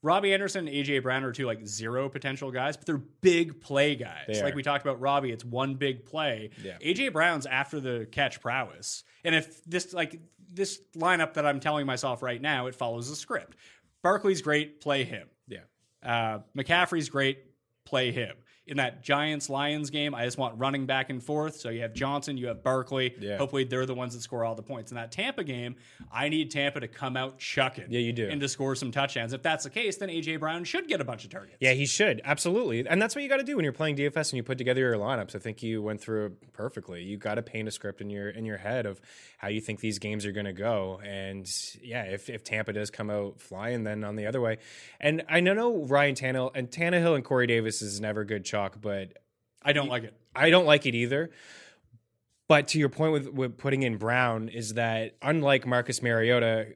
S2: Robbie Anderson and AJ Brown are two like zero potential guys, but they're big play guys.
S3: They
S2: like
S3: are.
S2: we talked about Robbie, it's one big play.
S3: Yeah.
S2: AJ Brown's after the catch prowess. And if this like this lineup that I'm telling myself right now, it follows a script. Barkley's great, play him.
S3: yeah.
S2: Uh, McCaffrey's great. Play him. In that Giants Lions game, I just want running back and forth. So you have Johnson, you have Barkley.
S3: Yeah.
S2: Hopefully they're the ones that score all the points. In that Tampa game, I need Tampa to come out chucking.
S3: Yeah, you do.
S2: And to score some touchdowns. If that's the case, then AJ Brown should get a bunch of targets.
S3: Yeah, he should absolutely, and that's what you got to do when you're playing DFS and you put together your lineups. I think you went through it perfectly. You got to paint a script in your in your head of how you think these games are going to go, and yeah, if if Tampa does come out flying, then on the other way, and I don't know Ryan Tannehill and Tannehill and Corey Davis is never good chalk, but
S2: I don't like it.
S3: I don't like it either. But to your point with, with putting in Brown is that unlike Marcus Mariota,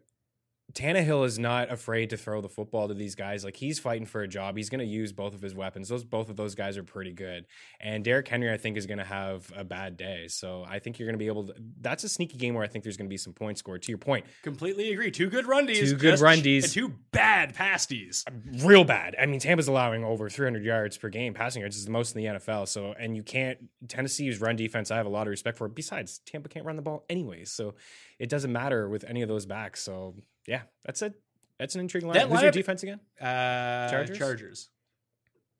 S3: Tannehill is not afraid to throw the football to these guys. Like he's fighting for a job. He's going to use both of his weapons. Those both of those guys are pretty good. And Derrick Henry, I think, is going to have a bad day. So I think you're going to be able to. That's a sneaky game where I think there's going to be some points scored. To your point,
S2: Completely agree. Two good rundies.
S3: Two good
S2: just-
S3: rundies.
S2: and two bad pasties.
S3: real bad. I mean, Tampa's allowing over 300 yards per game. Passing yards is the most in the NFL. So, and you can't Tennessee's run defense. I have a lot of respect for. Besides, Tampa can't run the ball anyways, so it doesn't matter with any of those backs. So, yeah, that's it. That's an intriguing
S2: That
S3: lineup. Who's your
S2: lineup-
S3: defense again?
S2: Uh,
S3: Chargers?
S2: Chargers.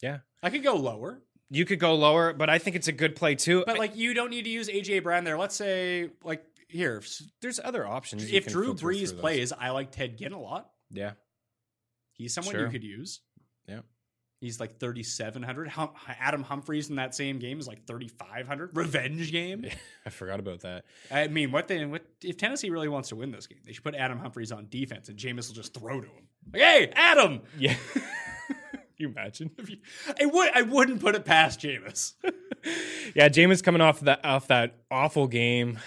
S3: Yeah.
S2: Uh, I could go lower.
S3: you could go lower, but I think it's a good play too.
S2: But like, you don't need to use AJ Brown there. Let's say like here, s-
S3: there's other options. you
S2: if
S3: can
S2: Drew
S3: filter through
S2: Brees
S3: those.
S2: plays, I like Ted Ginn a lot.
S3: yeah,
S2: He's someone you
S3: Sure.
S2: could use.
S3: Yeah.
S2: He's like 3,700. Hum- Adam Humphreys in that same game is like 3,500. Revenge game.
S3: I forgot about that.
S2: [laughs] I mean, what they, what if Tennessee really wants to win this game, they should put Adam Humphreys on defense and Jameis will just throw to him. Like, hey, Adam! [laughs]
S3: Yeah, [laughs] you imagine.
S2: If you- I, would, I wouldn't put it past Jameis.
S3: yeah, Jameis coming off that off that awful game.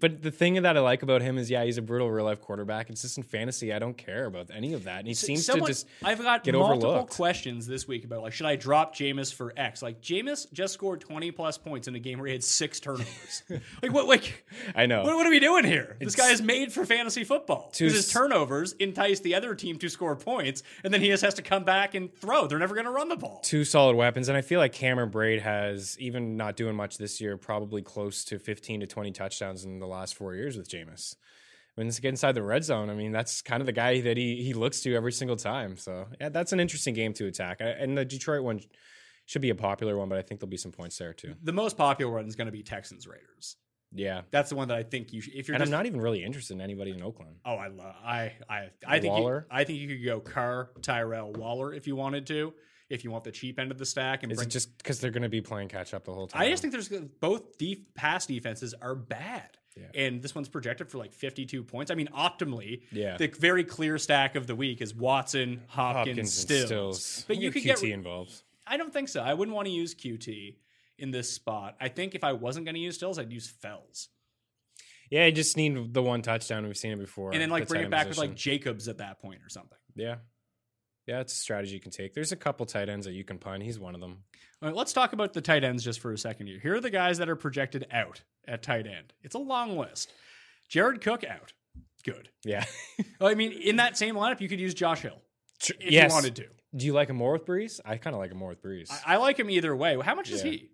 S3: But the thing that I like about him is, yeah, he's a brutal real life quarterback. It's just in fantasy, I don't care about any of that, and he [laughs] seems
S2: Someone-
S3: to just.
S2: I've got
S3: get
S2: multiple
S3: overlooked.
S2: questions this week about like, should I drop Jameis for X? Like, Jameis just scored 20 plus points in a game where he had six
S3: [laughs]
S2: turnovers. like, what, like,
S3: I know.
S2: What, what are we doing here? This
S3: It's-
S2: guy is made for fantasy football.
S3: To
S2: Because his
S3: s-
S2: turnovers entice the other team to score points, and then he just has to come back and throw. They're never going to run the ball.
S3: two solid weapons, and I feel like Cameron Braid has, even not doing much this year, probably close to 15 to 20 touchdowns in the last four years with Jameis. When it's inside the red zone, I mean, that's kind of the guy that he he looks to every single time. So yeah, that's an interesting game to attack, I, and the Detroit one should be a popular one, but I think there'll be some points there too.
S2: The most popular one is going to be Texans Raiders.
S3: Yeah,
S2: That's the one that I think you. Should, if you're
S3: and I'm
S2: just-
S3: not even really interested in anybody in Oakland.
S2: Oh, I love. I I I think
S3: Waller?
S2: You, I think you could go Carr, Tyrell, Waller if you wanted to. If you want the cheap end of the stack and
S3: Is
S2: bring
S3: it just because they're going to be playing catch up the whole time?
S2: I just think there's both deep pass defenses are bad.
S3: Yeah.
S2: And this one's projected for like 52 points. I mean, optimally,
S3: Yeah.
S2: the very clear stack of the week is Watson, Hopkins,
S3: Hopkins and
S2: Stills.
S3: Stills,
S2: But you
S3: Yeah,
S2: could get.
S3: QT involved.
S2: I don't think so. I wouldn't want to use QT in this spot. I think if I wasn't going to use Stills, I'd use Fells,
S3: Yeah, I just need the one touchdown. We've seen it before,
S2: and then like
S3: the
S2: bring
S3: tight
S2: it
S3: end
S2: back with
S3: position.
S2: like Jacobs at that point or something.
S3: Yeah. Yeah, it's a strategy you can take. There's a couple tight ends that you can punt. He's one of them.
S2: All right, let's talk about the tight ends just for a second here. Here are the guys that are projected out at tight end. It's a long list. Jared Cook out. Good.
S3: Yeah. [laughs]
S2: I mean, in that same lineup, you could use Josh Hill. if you wanted to.
S3: Do you like him more with Breeze? I kind of like him more with Breeze.
S2: I, I like him either way. How much is
S3: Yeah.
S2: he?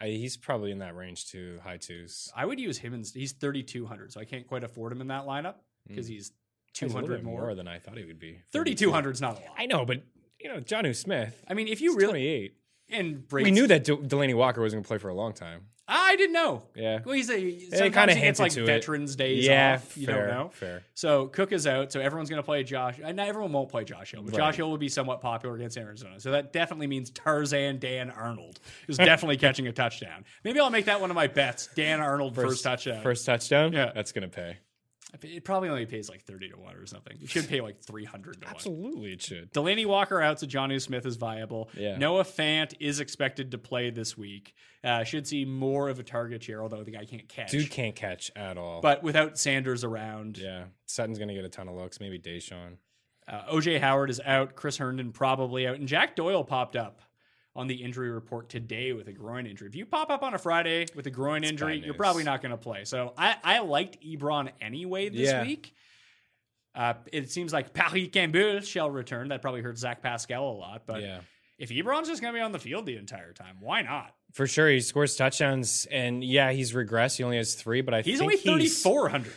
S3: I, he's probably in that range too, high twos.
S2: I would use him, and he's thirty two hundred, so I can't quite afford him in that lineup because he's two
S3: Hmm. He's a little
S2: hundred
S3: bit more.
S2: more.
S3: than I thought he would be.
S2: Thirty two hundred's not a lot.
S3: I know, but you know, Johnu Smith.
S2: I mean, if
S3: he's
S2: you really
S3: 28.
S2: and
S3: We knew that De- Delaney Walker was going to play for a long time.
S2: I didn't know.
S3: Yeah.
S2: well, he's a
S3: They
S2: sometimes
S3: kinda
S2: he gets
S3: hinted
S2: like
S3: to it.
S2: Veterans Days
S3: Yeah,
S2: off. You
S3: fair,
S2: don't know.
S3: fair.
S2: So Cook is out, so everyone's going to play Josh. And not everyone won't play Josh Hill, but Josh
S3: Right.
S2: Hill will be somewhat popular against Arizona. So that definitely means Tarzan Dan Arnold is
S3: [laughs]
S2: definitely catching a touchdown. Maybe I'll make that one of my bets. Dan Arnold first, touchdown.
S3: First touchdown.
S2: Yeah.
S3: that's going to pay.
S2: It probably only pays like 30 to 1 or something. It should pay like 300 to 1.
S3: Absolutely, it should.
S2: Delaney Walker out, so Johnny Smith is viable.
S3: Yeah.
S2: Noah Fant is expected to play this week. Uh, should see more of a target share, although the guy can't catch.
S3: Dude can't catch at all.
S2: But without Sanders around,
S3: yeah, Sutton's going to get a ton of looks. Maybe Deshaun.
S2: uh, OJ Howard is out. Chris Herndon probably out. And Jack Doyle popped up on the injury report today with a groin injury. If you pop up on a Friday with a groin injury,
S3: bad
S2: you're
S3: news.
S2: probably not going to play. So I, I liked Ebron anyway this
S3: Yeah.
S2: week. Uh, it seems like Paris Campbell shall return. That probably hurt Zach Pascal a lot. But
S3: yeah.
S2: if Ebron's just going to be on the field the entire time, why not?
S3: For sure, he scores touchdowns, and yeah, he's regressed. He only has three, but I
S2: He's
S3: think
S2: only 3,400.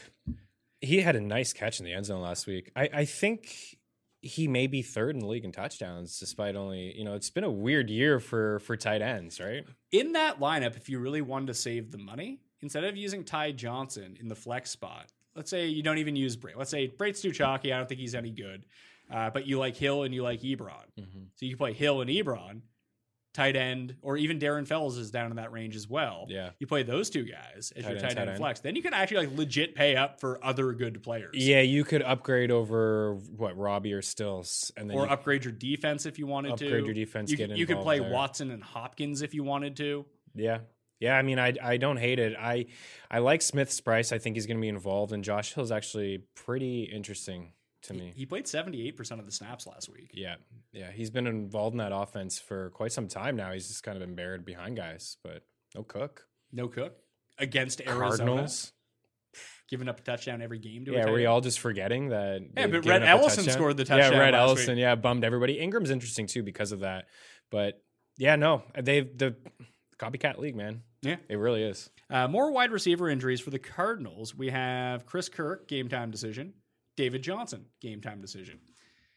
S3: He had a nice catch in the end zone last week. I, I think he may be third in the league in touchdowns, despite only you know it's been a weird year for for tight ends, right?
S2: In that lineup, if you really wanted to save the money, instead of using Ty Johnson in the flex spot, let's say you don't even use Brait. Let's say Brait's too chalky. I don't think he's any good. Uh, but you like Hill and you like Ebron.
S3: Mm-hmm.
S2: So you can play Hill and Ebron, tight end, or even Darren Fells is down in that range as well.
S3: Yeah.
S2: You play those two guys as
S3: Tight
S2: your
S3: end,
S2: tight
S3: tight
S2: end,
S3: end.
S2: flex. Then you can actually like legit pay up for other good players.
S3: Yeah, you could upgrade over what Robbie or Stills, and then
S2: or
S3: you-
S2: upgrade your defense if you wanted to.
S3: Upgrade your defense,
S2: You,
S3: get
S2: you could
S3: involved
S2: play
S3: there.
S2: Watson and Hopkins if you wanted to.
S3: Yeah. Yeah, I mean, I I don't hate it. I I like Smith's price. I think he's going to be involved, and Josh Hill's actually pretty interesting to me.
S2: He played seventy eight percent of the snaps last week.
S3: Yeah, yeah, he's been involved in that offense for quite some time now. He's just kind of been buried behind guys, but no Cook.
S2: No Cook against Arizona,
S3: Cardinals.
S2: giving up a touchdown every game. To a
S3: Yeah,
S2: tight
S3: were we
S2: end.
S3: all just forgetting that? they've
S2: but
S3: given
S2: Red
S3: up a
S2: Ellison scored the touchdown
S3: Yeah, Red
S2: last
S3: Ellison.
S2: week.
S3: Yeah, bummed everybody. Ingram's interesting too because of that. But yeah, no, they the copycat league, man.
S2: Yeah.
S3: it really is.
S2: Uh, more wide receiver injuries for the Cardinals. We have Chris Kirk game time decision. David Johnson game time decision.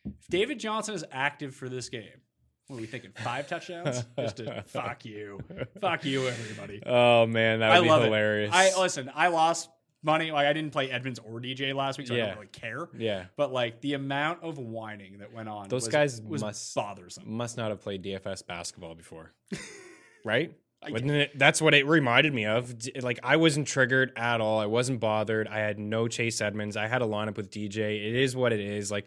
S2: If David Johnson is active for this game, What are we thinking? Five
S3: [laughs]
S2: touchdowns? Just to fuck you, fuck you, everybody.
S3: Oh man, that would
S2: I
S3: be
S2: love
S3: hilarious.
S2: it. I listen. I lost money. Like I didn't play Edmonds or DJ last week, so I
S3: Yeah.
S2: don't really care.
S3: yeah,
S2: But like the amount of whining that went on,
S3: Those
S2: was-
S3: guys
S2: was
S3: must-
S2: bothersome.
S3: must not have played DFS
S2: [laughs]
S3: basketball before, right?
S2: I-
S3: Wouldn't it, that's what it reminded me of. D- Like I wasn't triggered at all. I wasn't bothered. I had no Chase Edmonds. I had a lineup with DJ. It is what it is. Like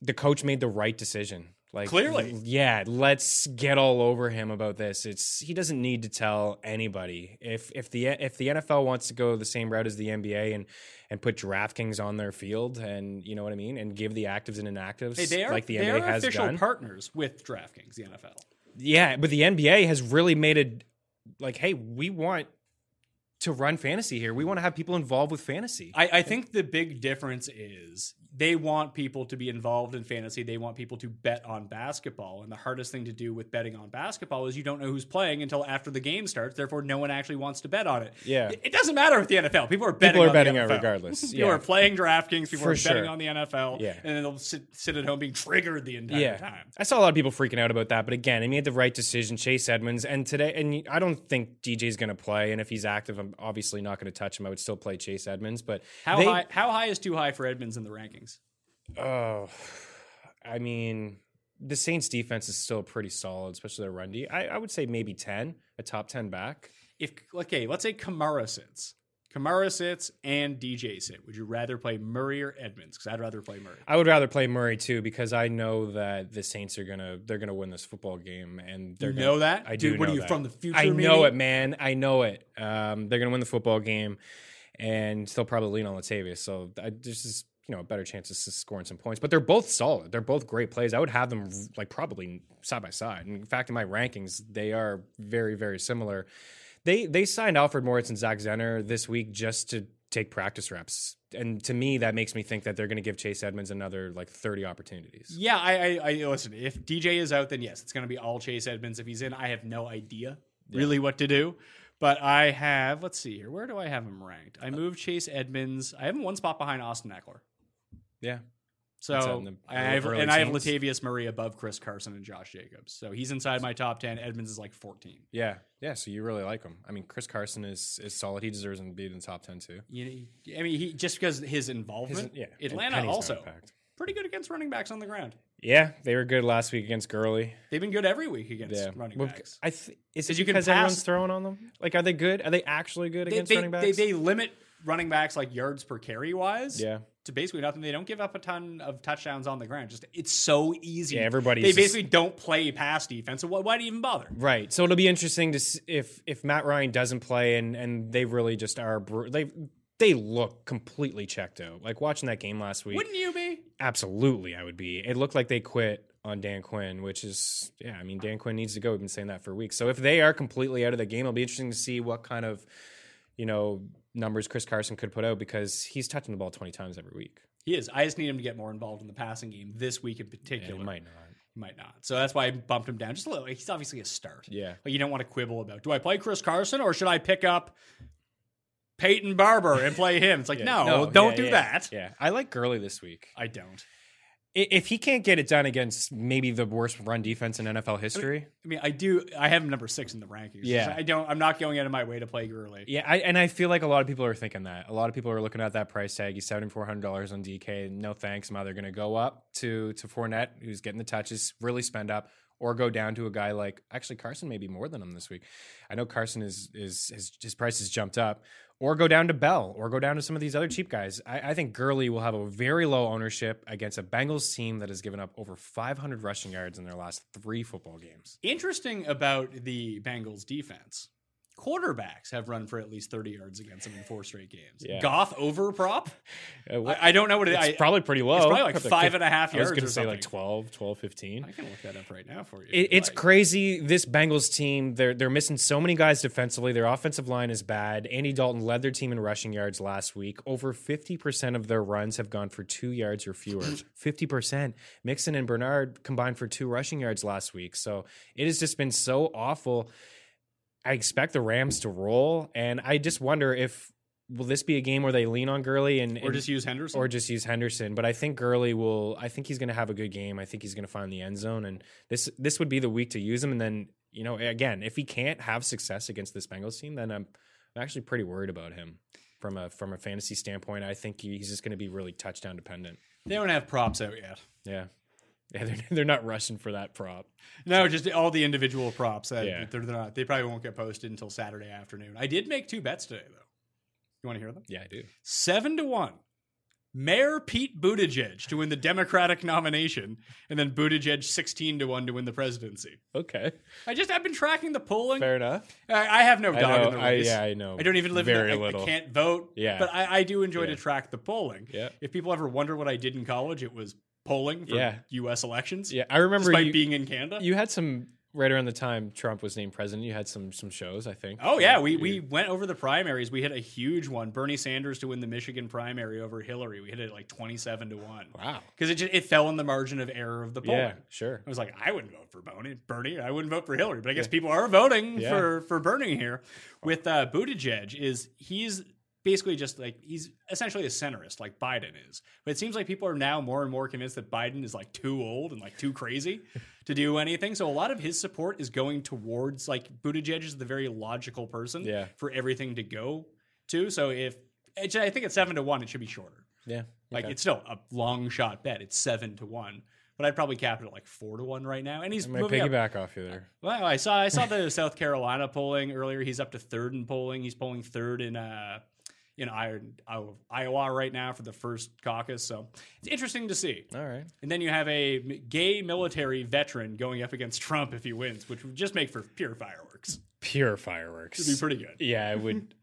S3: the coach made the right decision. Like
S2: Clearly.
S3: yeah. Let's get all over him about this. It's he doesn't need to tell anybody. If if the if the NFL wants to go the same route as the NBA and and put DraftKings on their field and you know what I mean and give the actives and inactives
S2: Hey, they are
S3: like the
S2: they
S3: NBA
S2: are
S3: has
S2: official
S3: done.
S2: partners with DraftKings, the NFL.
S3: Yeah, but the NBA has really made it like, hey, we want to run fantasy here. We want to have people involved with fantasy.
S2: I, I think the big difference is they want people to be involved in fantasy. They want people to bet on basketball. And the hardest thing to do with betting on basketball is you don't know who's playing until after the game starts. Therefore, no one actually wants to bet on it.
S3: Yeah.
S2: It, it doesn't matter with the NFL. People are betting
S3: are
S2: on
S3: betting
S2: the
S3: on it
S2: NFL.
S3: regardless.
S2: [laughs] people
S3: Yeah.
S2: are playing DraftKings. People
S3: For
S2: are betting
S3: sure.
S2: on the NFL.
S3: Yeah.
S2: And then they'll sit, sit at home being triggered the entire
S3: yeah,
S2: time.
S3: I saw a lot of people freaking out about that, but again, he made the right decision. Chase Edmonds, and today, and I don't think DJ's going to play. And if he's active, I'm obviously not going to touch him. I would still play Chase Edmonds, but
S2: How,
S3: they-
S2: high, how high is too high for Edmonds in the rankings?
S3: Oh, [sighs] I mean, the Saints' defense is still pretty solid, especially their run D. I, I would say maybe ten, a top ten back.
S2: if okay, let's say Kamara sits. Kamara sits and DJ sit. Would you rather play Murray or Edmonds? Because I'd rather play Murray.
S3: I would rather play Murray too because I know that the Saints are gonna they're gonna win this football game and they're
S2: You
S3: gonna,
S2: know that?
S3: I
S2: Dude,
S3: do
S2: what
S3: know
S2: are you,
S3: that.
S2: from the future,
S3: I know
S2: maybe?
S3: it, man. I know it. Um, they're gonna win the football game and they'll probably lean on Latavius. So I, there's just you know a better chance of s- scoring some points. But they're both solid. They're both great plays. I would have them like probably side by side. In fact, in my rankings, they are very very similar. They they signed Alfred Moritz and Zach Zenner this week just to take practice reps. And to me, that makes me think that they're going to give Chase Edmonds another like 30 opportunities.
S2: Yeah, I, I, I listen. If DJ is out, then yes, it's going to be all Chase Edmonds. If he's in, I have no idea really what to do. But I have. Let's see here. Where do I have him ranked? I moved Chase Edmonds. I have him one spot behind Austin Eckler.
S3: Yeah. That's out in
S2: So
S3: the
S2: I have,
S3: early
S2: and I have
S3: teens.
S2: Latavius Murray above Chris Carson and Josh Jacobs. So he's inside my top ten. Edmonds is like fourteen.
S3: Yeah. Yeah. So you really like him. I mean, Chris Carson is is solid. He deserves to be in the top 10 too.
S2: You, I mean, he just because his involvement.
S3: yeah. and
S2: Atlanta
S3: Penny's not
S2: also
S3: packed.
S2: pretty good against running backs on the ground.
S3: Yeah. They were good last week against Gurley.
S2: They've been good every week against
S3: Yeah.
S2: running
S3: Well,
S2: backs.
S3: I th- is
S2: 'Cause
S3: it
S2: you can
S3: because
S2: pass-
S3: everyone's throwing on them? Like, are they good? Are they actually good
S2: They,
S3: against
S2: they,
S3: running backs?
S2: they, they limit running backs like yards per carry wise
S3: yeah.
S2: to basically nothing. They don't give up a ton of touchdowns on the ground. Just it's so easy.
S3: Yeah, everybody's
S2: They
S3: just-
S2: basically don't play pass defense. So why, why do you even bother?
S3: Right. So it'll be interesting to s if if Matt Ryan doesn't play and and they really just are br- they they look completely checked out. Like watching that game last week,
S2: Wouldn't you be?
S3: absolutely I would be. It looked like they quit on Dan Quinn, which is yeah, I mean Dan Quinn needs to go. We've been saying that for weeks. So if they are completely out of the game, it'll be interesting to see what kind of you know numbers Chris Carson could put out because he's touching the ball 20 times every week.
S2: He is. I just need him to get more involved in the passing game this week in
S3: And
S2: particular.
S3: it might not.
S2: He might not. So that's why I bumped him down just a little. He's obviously a start.
S3: Yeah.
S2: But you don't want to quibble about do I play Chris Carson or should I pick up Peyton Barber and play him? It's like, no, don't
S3: [laughs] yeah,
S2: do
S3: yeah,
S2: that.
S3: Yeah. I like Gurley this week.
S2: I don't.
S3: I- If he can't get it done against maybe the worst run defense in NFL history,
S2: I mean, I do. I have him number six in the rankings.
S3: Yeah.
S2: I don't. I'm not going out of my way to play Gurley.
S3: yeah, I, and I feel like a lot of people are thinking that. A lot of people are looking at that price tag. He's seventy four hundred dollars on DK. No thanks. I'm either going to go up to to Fournette, who's getting the touches, really spend up, or go down to a guy like actually Carson, maybe more than him this week. I know Carson is is his, his price has jumped up, or go down to Bell, or go down to some of these other cheap guys. I, I think Gurley will have a very low ownership against a Bengals team that has given up over five hundred rushing yards in their last three football games.
S2: Interesting about the Bengals defense. Quarterbacks have run for at least 30 yards against them in four straight games.
S3: Yeah.
S2: Goff over prop.
S3: Uh, what-
S2: I, I don't know what it is.
S3: It's
S2: I,
S3: probably pretty low.
S2: it's probably like five and a half
S3: I was
S2: yards.
S3: going
S2: or
S3: to say like
S2: something.
S3: 12, 12, 15.
S2: I can look that up right now for you.
S3: It,
S2: if you'd
S3: it's
S2: like.
S3: crazy. This Bengals team, they're they're missing so many guys defensively. Their offensive line is bad. Andy Dalton led their team in rushing yards last week. Over 50% of their runs have gone for two yards
S2: [laughs]
S3: or fewer. 50%. Mixon and Bernard combined for two rushing yards last week. So it has just been so awful. I expect the Rams to roll, and I just wonder if will this be a game where they lean on Gurley and
S2: or
S3: and-
S2: just use Henderson.
S3: or just use Henderson? But I think Gurley will. I think he's going to have a good game. I think he's going to find the end zone, and this this would be the week to use him. And then you know, again, if he can't have success against this Bengals team, then I'm I'm actually pretty worried about him from a from a fantasy standpoint. I think he, he's just going to be really touchdown dependent.
S2: they don't have props out yet.
S3: Yeah. Yeah, [laughs] they're, they're not rushing for that prop.
S2: No, just all the individual props. That
S3: Yeah.
S2: they're, they're not. They probably won't get posted until Saturday afternoon. I did make two bets today, though. You want to hear them?
S3: Yeah, I do.
S2: Seven to one. Mayor Pete Buttigieg to win the Democratic nomination, and then Buttigieg sixteen to one to win the presidency.
S3: Okay.
S2: I just I've been tracking the polling.
S3: Fair enough.
S2: I, I have no
S3: I
S2: dog in the
S3: know, I-
S2: race.
S3: yeah, I know
S2: I don't even live
S3: very
S2: in. the- I-
S3: little.
S2: I can't vote.
S3: Yeah.
S2: but I, I do enjoy to
S3: Yeah.
S2: track the polling.
S3: Yeah.
S2: If people ever wonder what I did in college, it was polling for
S3: Yeah.
S2: U.S. elections.
S3: Yeah, I remember
S2: despite
S3: you,
S2: being in Canada.
S3: you had some right around the time Trump was named president. You had some some shows, I think.
S2: Oh yeah, we,
S3: You-
S2: we went over the primaries. We hit a huge one. Bernie Sanders to win the Michigan primary over Hillary. We hit it like twenty seven to one.
S3: wow.
S2: Because it just, it fell in the margin of error of the polling.
S3: Yeah, sure.
S2: I was like, I wouldn't vote for Bernie. Bernie, I wouldn't vote for Hillary. But I guess people are voting
S3: Yeah.
S2: for for Bernie here. With uh, Buttigieg, is he's basically just like he's essentially a centrist, like Biden is. But it seems like people are now more and more convinced that Biden is like too old and like too
S3: [laughs]
S2: crazy to do anything. So a lot of his support is going towards like Buttigieg is the very logical person
S3: Yeah.
S2: for everything to go to. So if it's, I think it's seven to one, it should be shorter.
S3: Yeah.
S2: Like
S3: okay.
S2: it's still a long shot bet. It's seven to one, but I'd probably cap it at like four to one right now. And he's
S3: I'm gonna
S2: moving up.
S3: piggyback off you there.
S2: Well, I saw I saw the [laughs] South Carolina polling earlier. He's up to third in polling. He's polling third in uh in I- I- Iowa right now for the first caucus. So it's interesting to see.
S3: All right.
S2: And then you have a m- gay military veteran going up against Trump if he wins, which would just make for pure fireworks.
S3: Pure fireworks.
S2: It'd be pretty good.
S3: yeah, I
S2: [laughs]
S3: would.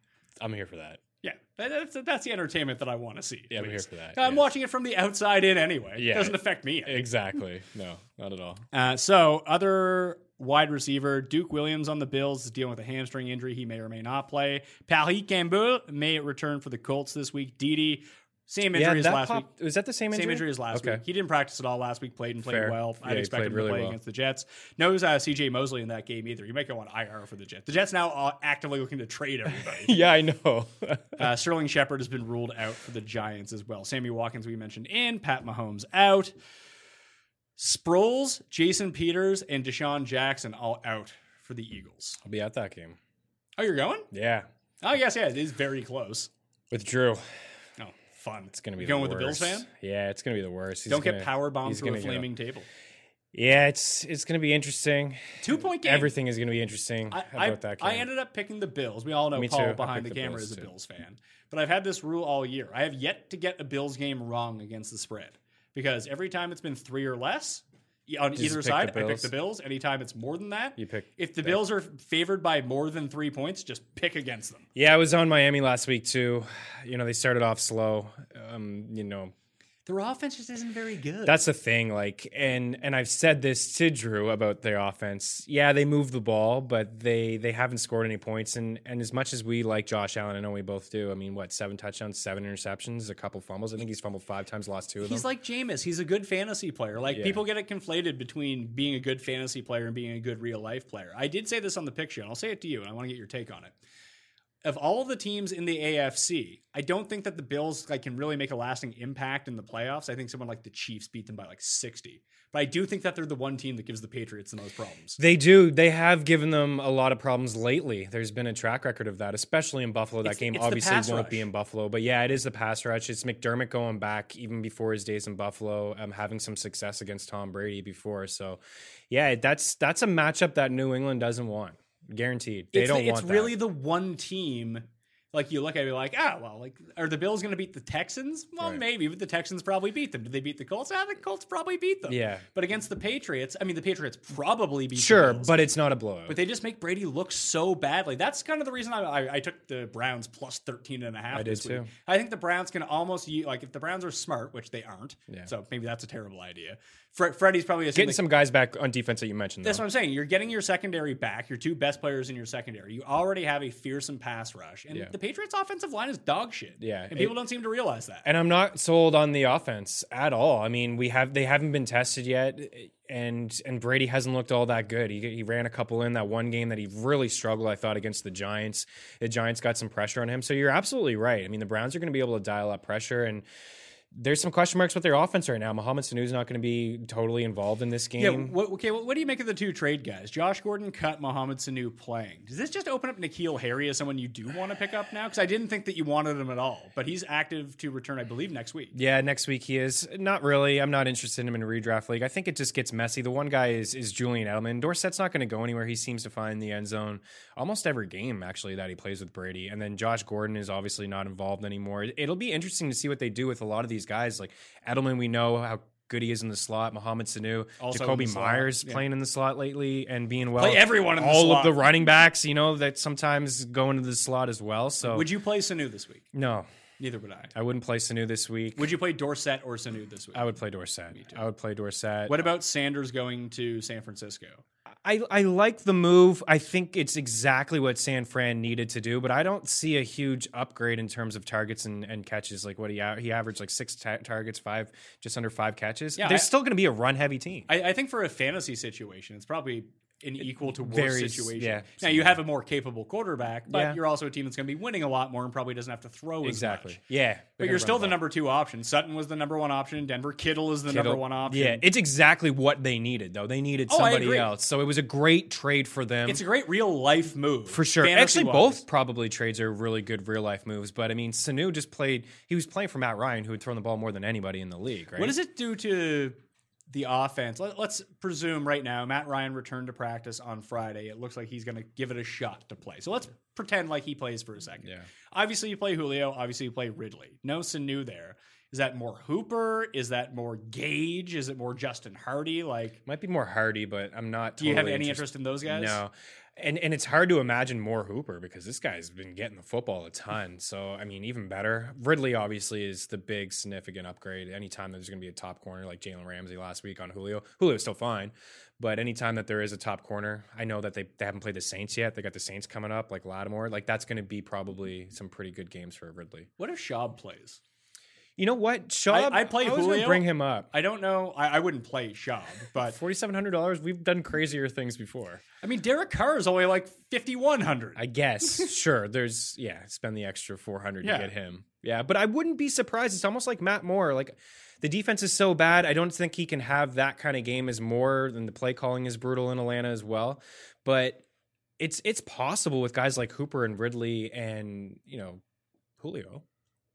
S3: I'm here for that.
S2: Yeah, that- that's that's the entertainment that I want to see. at
S3: Yeah, I'm here
S2: least.
S3: for that,
S2: I'm
S3: yeah.
S2: watching it from the outside in anyway.
S3: Yeah.
S2: It doesn't affect me.
S3: Exactly. No, not at all.
S2: Uh, so, other wide receiver, Duke Williams on the Bills is dealing with a hamstring injury. He may or may not play. Paris Campbell may return for the Colts this week. Didi, same injury as
S3: that
S2: last week.
S3: popped- Was that the same injury?
S2: Same injury as last
S3: okay.
S2: week. He didn't practice at all last week. Played and played
S3: Fair.
S2: well.
S3: Yeah,
S2: I'd
S3: he
S2: expect
S3: played
S2: him to
S3: really
S2: play
S3: well.
S2: against the Jets. No uh, C.J. Mosley in that game either. You might go on IR for the Jets. The Jets now are actively looking to trade
S3: [laughs]
S2: everybody.
S3: yeah, I know.
S2: uh, Sterling Shepard has been ruled out for the Giants as well. Sammy Watkins we mentioned in. Pat Mahomes out. Sproles, Jason Peters, and Deshaun Jackson all out for the Eagles.
S3: I'll be at that game.
S2: Oh, you're going?
S3: Yeah,
S2: Oh, yes, yeah, it is very close.
S3: with Drew.
S2: Oh, fun. It's
S3: gonna be
S2: you going
S3: the
S2: with the Bills
S3: worst.
S2: fan.
S3: Yeah, it's gonna be the worst. He's
S2: Don't
S3: gonna-
S2: get power bombed
S3: he's
S2: through a
S3: gonna get
S2: flaming table.
S3: Yeah, it's it's gonna be interesting.
S2: Two point game.
S3: Everything is gonna be interesting
S2: I,
S3: about
S2: I,
S3: that game.
S2: I ended up picking the Bills. We all know
S3: Me too.
S2: Paul
S3: I
S2: behind the
S3: picked the
S2: camera is
S3: Bills
S2: a
S3: too.
S2: Bills fan, but I've had this rule all year. I have yet to get a Bills game wrong against the spread because every time it's been three or less y- on
S3: You just
S2: either
S3: pick
S2: side,
S3: the
S2: I pick
S3: Bills.
S2: the Bills. Anytime it's more than that,
S3: You pick
S2: If the Bills are favored by more than three points, just pick against them.
S3: yeah, I was on Miami last week too. You know, they started off slow. Um, you know,
S2: Their offense just isn't very good.
S3: that's the thing. Like, and and I've said this to Drew about their offense. Yeah, they move the ball, but they they haven't scored any points. And and as much as we like Josh Allen, I know we both do. I mean, what seven touchdowns, seven interceptions, a couple fumbles. I think he's fumbled five times, lost two of
S2: He's
S3: them.
S2: like Jameis. He's a good fantasy player. Like
S3: Yeah.
S2: people get it conflated between being a good fantasy player and being a good real life player. I did say this on the picture, and I'll say it to you, and I want to get your take on it. Of all the teams in the AFC, I don't think that the Bills like can really make a lasting impact in the playoffs. I think someone like the Chiefs beat them by like sixty, but I do think that they're the one team that gives the Patriots the most problems.
S3: They do. They have given them a lot of problems lately. There's been a track record of that, especially in Buffalo. That
S2: It's-
S3: game
S2: it's the
S3: obviously
S2: pass
S3: won't be
S2: rush.
S3: in Buffalo, but yeah, it is the pass rush. It's McDermott going back even before his days in Buffalo, um, having some success against Tom Brady before. So, yeah, that's that's a matchup that New England doesn't want, guaranteed. They
S2: it's
S3: don't
S2: the,
S3: want
S2: It's
S3: that.
S2: really the one team. Like you look at it, you're like, ah, well, like are the Bills going to beat the Texans? Well,
S3: Right.
S2: maybe, but the Texans probably beat them. Did they beat the Colts? Ah, the Colts probably beat them.
S3: Yeah.
S2: but against the Patriots, I mean, the Patriots probably beat.
S3: sure,
S2: the Bills,
S3: but it's not a blowout.
S2: but they just make Brady look so badly. That's kind of the reason I, I, I took the Browns plus 13 and a half
S3: I did
S2: this week.
S3: too.
S2: I think the Browns can almost, u- like, if the Browns are smart, which they aren't,
S3: Yeah.
S2: so maybe that's a terrible idea. Fre- Freddie's probably
S3: Getting
S2: assuming
S3: some guys back on defense that you mentioned.
S2: That's
S3: though.
S2: what I'm saying. You're getting your secondary back, your two best players in your secondary. You already have a fearsome pass rush. And
S3: Yeah.
S2: the Patriots' offensive line is dog shit.
S3: Yeah.
S2: And people don't seem to realize that.
S3: And I'm not sold on the offense at all. I mean, we have they haven't been tested yet, and and Brady hasn't looked all that good. He, he ran a couple in that one game that he really struggled. I thought against the Giants, the Giants got some pressure on him. So you're absolutely right. I mean, the Browns are going to be able to dial up pressure, and there's some question marks with their offense right now. Mohamed Sanu's not going to be totally involved in this game.
S2: yeah, what, okay, what, what do you make of the two trade guys? Josh Gordon cut Mohamed Sanu playing. Does this just open up Nikhil Harry as someone you do want to pick up now? Because I didn't think that you wanted him at all, but he's active to return, I believe, next week.
S3: Yeah, next week he is. Not really. I'm not interested in him in a redraft league. I think it just gets messy. The one guy is is Julian Edelman. Dorsett's not going to go anywhere. He seems to find the end zone almost every game actually that he plays with Brady. And then Josh Gordon is obviously not involved anymore. It'll be interesting to see what they do with a lot of these guys. Like Edelman, we know how good he is in the slot. Mohamed Sanu,
S2: Also in
S3: Jacoby
S2: the slot,
S3: Myers
S2: yeah.
S3: playing in the slot lately and being well.
S2: Play everyone in the
S3: all
S2: slot.
S3: of the running backs. You know that sometimes go into the slot as well. So
S2: Would you play Sanu this week?
S3: No,
S2: Neither would I.
S3: I wouldn't play Sanu this week.
S2: Would you play Dorset or Sanu this week?
S3: I would play Dorset. I would play Dorset.
S2: What about Sanders going to San Francisco?
S3: I, I like the move. I think it's exactly what San Fran needed to do, but I don't see a huge upgrade in terms of targets and, and catches. Like what he a- he averaged like six ta- targets, five just under five catches.
S2: Yeah,
S3: They're
S2: I-
S3: still going to be a run heavy team.
S2: I, I think for a fantasy situation, it's probably an equal to worse
S3: varies,
S2: situation.
S3: yeah,
S2: now you have a more capable quarterback, but
S3: Yeah.
S2: you're also a team that's going to be winning a lot more and probably doesn't have to throw as
S3: exactly.
S2: much.
S3: Yeah, they're
S2: But
S3: gonna
S2: you're still
S3: run
S2: the
S3: ball.
S2: number two option. Sutton was the number one option. Denver Kittle is the number
S3: Kittle.
S2: one option.
S3: Yeah, it's exactly what they needed though. They needed
S2: Oh, I
S3: somebody
S2: agree.
S3: else, so it was a great trade for them.
S2: it's a great real life move
S3: For sure. Actually,
S2: fantasy-wise.
S3: both probably trades are really good real life moves. But I mean, Sanu just played. He was playing for Matt Ryan, who had thrown the ball more than anybody in the league. Right?
S2: What does it do to the offense? Let, us presume right now Matt Ryan returned to practice on Friday. It looks like he's going to give it a shot to play. So let's pretend like he plays for a second.
S3: Yeah.
S2: Obviously, you play Julio. Obviously, you play Ridley. No Sanu there. Is that more Hooper? Is that more Gage? Is it more Justin Hardy? Like,
S3: Might be more Hardy, but I'm not.
S2: do you have
S3: totally
S2: any interest in those guys?
S3: No. And and it's hard to imagine more Hooper because this guy's been getting the football a ton. So I mean, even better. Ridley obviously is the big significant upgrade. Anytime there's going to be a top corner like Jalen Ramsey last week on Julio, Julio's still fine, but anytime that there is a top corner, I know that they, they haven't played the Saints yet. They got the Saints coming up, like Lattimore. Like that's going to be probably some pretty good games for Ridley.
S2: What if Schaub plays?
S3: You know what? Shaw,
S2: I play
S3: was gonna
S2: Julio.
S3: Bring him up.
S2: I don't know. I, I wouldn't play Schaub, but
S3: Forty seven hundred dollars. We've done crazier things before.
S2: I mean, Derek Carr is only like 5,100.
S3: I guess. sure. There's yeah, spend the extra four hundred
S2: Yeah.
S3: to get him. Yeah, but I wouldn't be surprised. It's almost like Matt Moore. Like the defense is so bad. I don't think he can have that kind of game as Moore. And the play calling is brutal in Atlanta as well. But it's it's possible with guys like Hooper and Ridley and you know Julio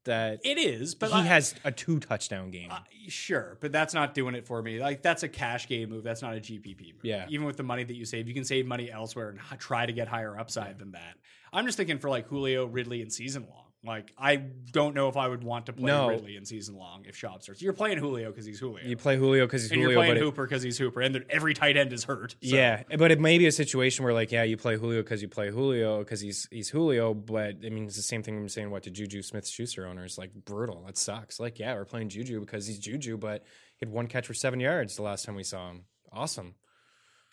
S3: that
S2: it is, but
S3: he
S2: I-
S3: has a two touchdown game.
S2: Uh, sure, but that's not doing it for me. Like that's a cash game move. That's not a GPP move.
S3: Yeah.
S2: Even with the money that you save, you can save money elsewhere and h- try to get higher upside than that. I'm just thinking for like Julio, Ridley, and season long. Like I don't know if I would want to play
S3: No.
S2: Ridley in season long if Shop starts. You're playing Julio because he's Julio.
S3: you play Julio because he's
S2: and
S3: Julio,
S2: you're playing
S3: but it-
S2: Hooper because he's Hooper, and then every tight end is hurt. so-
S3: Yeah, but it may be a situation where like, yeah, you play Julio because you play Julio because he's he's Julio. But I mean, it's the same thing I'm saying. What to Juju Smith Schuster owners like brutal. That sucks. Like, yeah, we're playing Juju because he's Juju, but he had one catch for seven yards the last time we saw him. Awesome.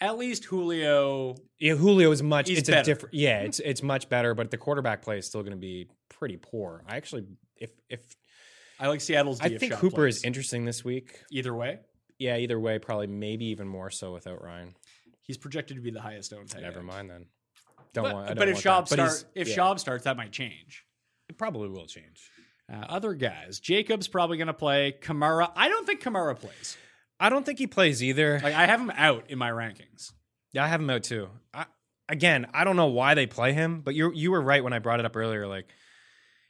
S2: At least Julio.
S3: Yeah, Julio is much.
S2: He's
S3: it's
S2: better.
S3: a different. Yeah, it's it's much better, but the quarterback play is still going to be pretty poor. I actually, if if
S2: I like Seattle's. D
S3: I
S2: if
S3: think
S2: Schaub
S3: Hooper is
S2: plays.
S3: interesting this week.
S2: Either way,
S3: Yeah, either way, probably maybe even more so without Ryan.
S2: he's projected to be the highest owned tight
S3: Never
S2: end.
S3: mind then. Don't
S2: But,
S3: want. I don't
S2: but if
S3: want
S2: Shop
S3: that. But he's-
S2: starts, if
S3: yeah.
S2: Schaub starts, that might change.
S3: It probably will change.
S2: Uh, other guys, Jacob's probably going to play. Kamara, I don't think Kamara plays.
S3: I don't think he plays either.
S2: Like I have him out in my rankings.
S3: Yeah, I have him out too. I, again, I don't know why they play him, but you you were right when I brought it up earlier. Like,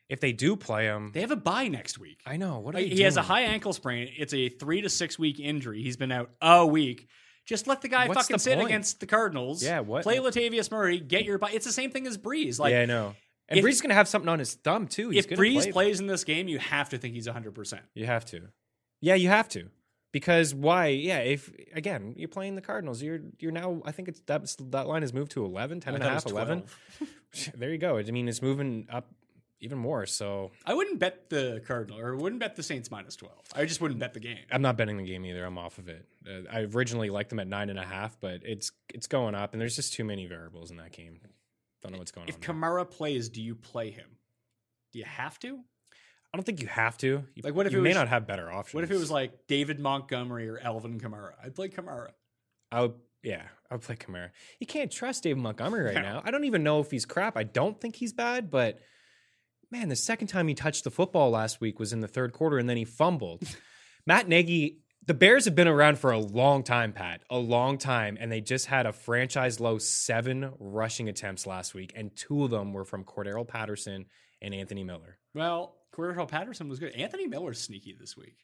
S3: if they do play him,
S2: They have a bye next week.
S3: I know what are
S2: Like,
S3: they
S2: he has a
S3: doing?
S2: high ankle sprain. It's a three to six week injury. He's been out a week. Just let the guy
S3: What's
S2: fucking
S3: the
S2: sit
S3: point?
S2: against the Cardinals.
S3: Yeah, what-
S2: Play Latavius Murray. Get your bye. It's the same thing as Breeze. Like
S3: yeah, I know. And
S2: if-
S3: Breeze is gonna have something on his thumb too. He's
S2: if
S3: gonna
S2: Breeze
S3: play.
S2: plays in this game, you have to think he's hundred percent.
S3: you have to. Yeah, you have to. Because why? Yeah, if again you're playing the Cardinals, you're you're now. I think it's that [laughs] that line has moved to 11, 10 and a half, 11. there you go. I mean, it's moving up even more. So
S2: I wouldn't bet the Cardinal or wouldn't bet the Saints minus 12. I just wouldn't bet the game.
S3: I'm not betting the game either. I'm off of it. Uh, I originally liked them at nine and a half, but it's it's going up, and there's just too many variables in that game. Don't know what's going
S2: If
S3: on. there.
S2: Kamara plays, do you play him? Do you have to?
S3: I don't think you have to. You,
S2: Like, what if
S3: you
S2: it
S3: may
S2: was-
S3: not have better options?
S2: What if it was like David Montgomery or Alvin Kamara? I'd play Kamara.
S3: I would, yeah, I would play Kamara. You can't trust David Montgomery right now. I don't even know if he's crap. I don't think he's bad, but man, the second time he touched the football last week was in the third quarter, and then
S2: [laughs]
S3: he fumbled. Matt Nagy, the Bears have been around for a long time, Pat, a long time, and they just had a franchise low seven rushing attempts last week, and two of them were from Cordero Patterson and Anthony Miller.
S2: Well, Cordero Patterson was good. Anthony Miller's sneaky this week.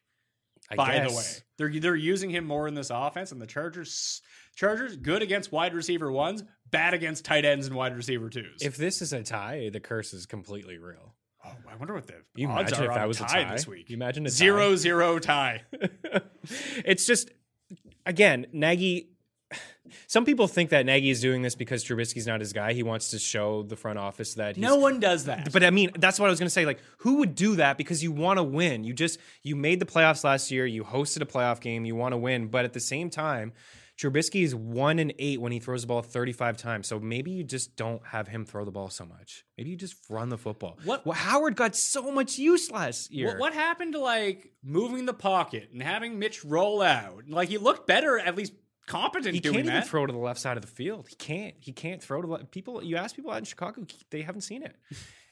S3: I
S2: by
S3: guess.
S2: the way, they're they're using him more in this offense, and the Chargers Chargers good against wide receiver ones, bad against tight ends and wide receiver twos.
S3: If this is a tie, the curse is completely real.
S2: oh, I wonder what the
S3: You
S2: odds
S3: imagine
S2: are
S3: if that
S2: on
S3: was a
S2: tie
S3: tie?
S2: this week.
S3: You imagine a tie?
S2: zero zero
S3: [laughs]
S2: tie.
S3: it's just again, Nagy. Some people think that Nagy is doing this because Trubisky's not his guy. He wants to show the front office that he's
S2: no one does that.
S3: but I mean, that's what I was going to say. Like, who would do that? Because you want to win. You just you made the playoffs last year. You hosted a playoff game. You want to win. But at the same time, Trubisky is one and eight when he throws the ball thirty five times. So maybe you just don't have him throw the ball so much. Maybe you just run the football.
S2: What-
S3: Well, Howard got so much use last year.
S2: What, what happened to like moving the pocket and having Mitch roll out? Like he looked better, at least competent
S3: He
S2: doing
S3: can't
S2: that.
S3: even throw to the left side of the field. He can't. He can't throw to the people. You ask people out in Chicago, they haven't seen it.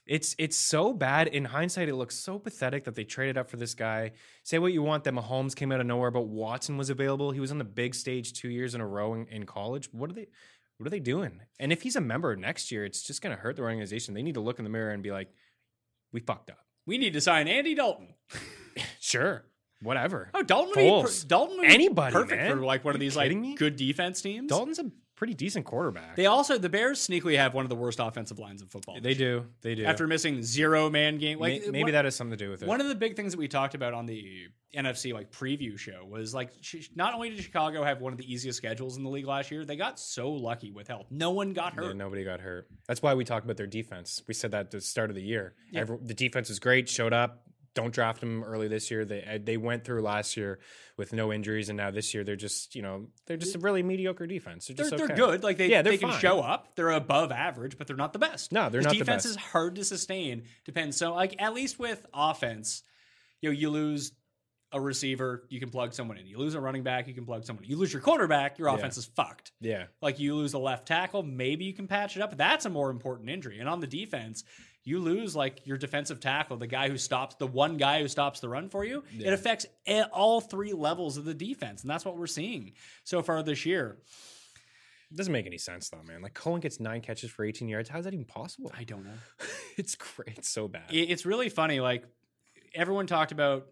S3: It's it's so bad. In hindsight, it looks so pathetic that they traded up for this guy. Say what you want that Mahomes came out of nowhere, but Watson was available. He was on the big stage two years in a row in, in college. What are they? What are they doing? And if he's a member next year, it's just going to hurt the organization. They need to look in the mirror and be like, "We fucked up."
S2: we need to sign Andy Dalton.
S3: Sure, whatever.
S2: Oh, Dalton would be per-
S3: Foles.
S2: Dalton would be
S3: Anybody,
S2: perfect
S3: man.
S2: for like one
S3: Are
S2: of
S3: you
S2: these like
S3: kidding me?
S2: good defense teams.
S3: Dalton's a pretty decent quarterback.
S2: They also the Bears sneakily have one of the worst offensive lines in football.
S3: They do. They do.
S2: after missing zero man game. Like
S3: May- maybe
S2: one,
S3: that has something to do with it.
S2: One of the big things that we talked about on the NFC like preview show was like sh- not only did Chicago have one of the easiest schedules in the league last year, they got so lucky with health. No one got
S3: Yeah,
S2: hurt.
S3: nobody got hurt. That's why we talked about their defense. We said that at the start of the year. Every- the defense was great, showed up. Don't draft them early this year. They uh, they went through last year with no injuries, and now this year they're just you know they're just a really mediocre defense. They're
S2: they're,
S3: just
S2: they're
S3: okay.
S2: good. Like they,
S3: Yeah, they're
S2: they can
S3: fine.
S2: show up. They're above average, but they're not the best.
S3: No, they're
S2: This
S3: not the
S2: defense
S3: best.
S2: is hard to sustain. Depends. So like at least with offense, you know, you lose a receiver, you can plug someone in. You lose a running back, you can plug someone in. You lose your quarterback, your
S3: Yeah.
S2: offense is fucked.
S3: Yeah,
S2: Like you lose a left tackle, maybe you can patch it up. But that's a more important injury. And on the defense, you lose like your defensive tackle, the guy who stops the one guy who stops the run for you. It affects e- all three levels of the defense, and that's what we're seeing so far this year.
S3: it doesn't make any sense though, man. Like Cullen gets nine catches for 18 yards. How is that even possible?
S2: I don't know.
S3: [laughs] it's great. It's so bad.
S2: it- it's really funny. Like everyone talked about,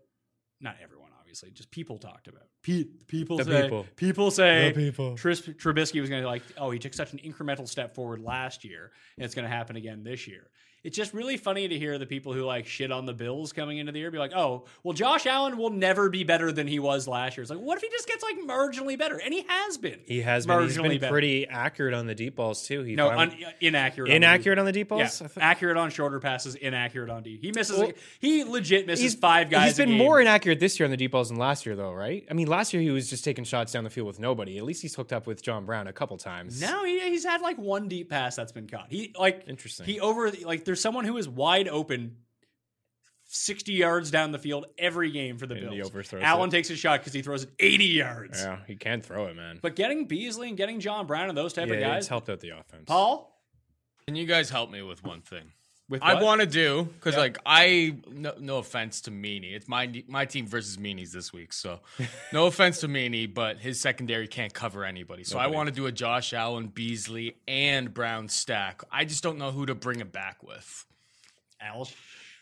S2: not everyone, obviously, just people talked about. Pe- people
S3: The
S2: say,
S3: people.
S2: say,
S3: The people.
S2: Tris- Trubisky was going to like, oh, he took such an incremental step forward last year, and it's going to happen again this year. It's just really funny to hear the people who like shit on the Bills coming into the year be like, oh, well, Josh Allen will never be better than he was last year. It's like, what if he just gets like marginally better? And he has been.
S3: he has been, he's been
S2: better.
S3: pretty accurate on the deep balls too. He
S2: no un-
S3: finally-
S2: inaccurate. on the
S3: inaccurate on the deep balls.
S2: yeah,
S3: I thought-
S2: accurate on shorter passes, inaccurate on D. He misses.
S3: Well,
S2: a, he legit misses five guys.
S3: He's
S2: a
S3: been
S2: game.
S3: more inaccurate this year on the deep balls than last year, though, right? I mean, last year he was just taking shots down the field with nobody. At least he's hooked up with John Brown a couple times.
S2: No, he, he's had like one deep pass that's been caught. He like
S3: Interesting.
S2: He over like there's someone who is wide open. 60 yards down the field every game for the
S3: And he
S2: Bills.
S3: overthrows
S2: Allen
S3: it.
S2: takes a shot because he throws it 80 yards.
S3: yeah, he can throw it, man.
S2: But getting Beasley and getting John Brown and those type
S3: yeah,
S2: of
S3: it's
S2: guys,
S3: helped out the offense.
S2: Paul,
S4: Can you guys help me with one thing?
S2: with
S4: I
S2: what?
S4: want to do because, like, I no, no offense to Meany, it's my my team versus Meany's this
S2: [laughs]
S4: week, so no offense to Meany, but his secondary can't cover anybody. So I want to do a Josh Allen, Beasley, and Brown stack. I just don't know who to bring it back with
S2: Al-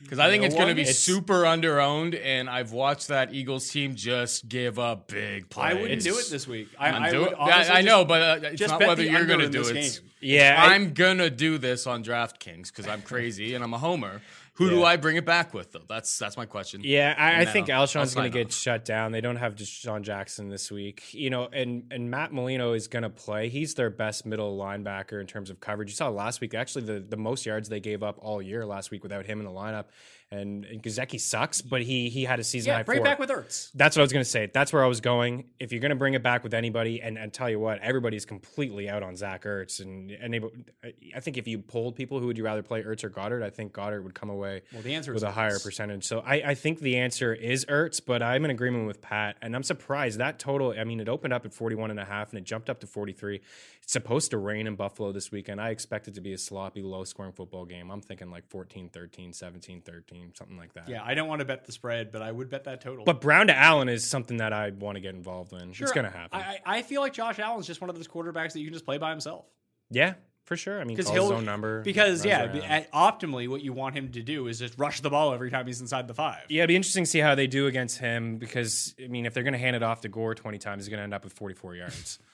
S4: because I think
S2: No
S4: it's going to
S2: one?
S4: be
S2: It's-
S4: super underowned, and I've watched that Eagles team just give up big
S2: I
S4: plays.
S2: wouldn't do it this week. I,
S4: I'm
S2: I,
S4: do-
S2: would
S4: that-
S2: honestly
S4: I
S2: just-
S4: know, but uh, it's
S2: just
S4: not
S2: bet
S4: whether
S2: the
S4: you're
S2: under
S4: going to
S2: in
S4: do
S2: this
S4: it.
S2: game.
S3: yeah, I-
S4: I'm gonna do this on DraftKings because I'm crazy and I'm a homer, Who do I bring it back with though? That's that's my question.
S3: Yeah, I, I think
S4: No, I'll
S3: Alshon's going
S4: sign
S3: to get
S4: off.
S3: shut down. They don't have Deshaun Jackson this week, you know, and and Matt Molino is going to play. He's their best middle linebacker in terms of coverage. You saw last week, actually, the, the most yards they gave up all year last week without him in the lineup. And, and Gizeki sucks, but he he had a season
S2: Yeah,
S3: high
S2: bring it
S3: four.
S2: back with Ertz.
S3: That's what I was going to say. That's where I was going. If you're going to bring it back with anybody, and, and tell you what, everybody's completely out on Zach Ertz. And, and able, I- I think if you polled people who would you rather play, Ertz or Goddard, I think Goddard would come away
S2: Well, the answer
S3: with
S2: is
S3: a higher
S2: Ertz.
S3: percentage. So I, I think the answer is Ertz, but I'm in agreement with Pat. And I'm surprised that total, I mean, it opened up at 41 and a half and it jumped up to 43. It's supposed to rain in Buffalo this weekend. I expect it to be a sloppy, low scoring football game. I'm thinking like 14 13, 17 13, something like that.
S2: Yeah, I don't want to bet the spread, but I would bet that total.
S3: But Brown to Allen is something that I want to get involved in.
S2: Sure,
S3: it's going to happen.
S2: I, I I feel like Josh Allen's just one of those quarterbacks that you can just play by himself.
S3: yeah, for sure. I mean,
S2: Because
S3: call
S2: he'll
S3: his own number.
S2: Because
S3: runs
S2: yeah,
S3: around.
S2: be- at, optimally, what you want him to do is just rush the ball every time he's inside the five.
S3: yeah, it'd be interesting to see how they do against him because I mean, if they're going to hand it off to Gore 20 times, he's going to end up with 44 yards. [laughs]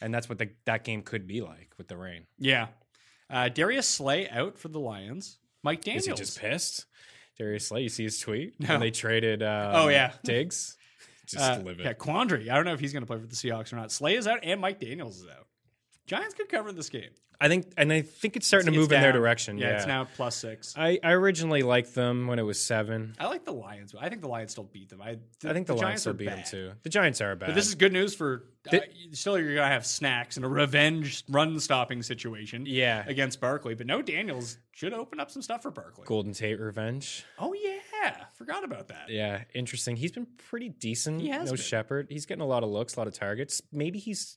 S3: And that's what the, that game could be like with the rain.
S2: Yeah. Uh, Darius Slay out for the Lions. Mike Daniels.
S3: Is he just pissed? Darius Slay, you see his tweet?
S2: No.
S3: When they traded um,
S2: Oh, yeah.
S3: [laughs] Diggs. Just
S2: Uh,
S3: live it.
S2: yeah, Quandary. I don't know if he's going to play for the Seahawks or not. Slay is out and Mike Daniels is out. Giants could cover this game.
S3: I think and I think it's
S2: It's
S3: starting to move in their
S2: down.
S3: direction. Yeah.
S2: it's now plus six.
S3: I, I originally liked them when it was seven.
S2: I like the Lions, but I think the Lions still beat them. I,
S3: I think the, Lions
S2: Giants
S3: will
S2: are
S3: beat
S2: bad.
S3: them too. The Giants are bad.
S2: But this is good news for uh,
S3: Th-
S2: still you're gonna have snacks and a revenge run stopping situation.
S3: Yeah.
S2: against Barkley, but no Daniels should open up some stuff for Barkley.
S3: Golden Tate revenge.
S2: Oh yeah, forgot about that.
S3: Yeah, interesting. He's been pretty decent.
S2: He has
S3: no
S2: been.
S3: Shepard. He's getting a lot of looks, a lot of targets. Maybe he's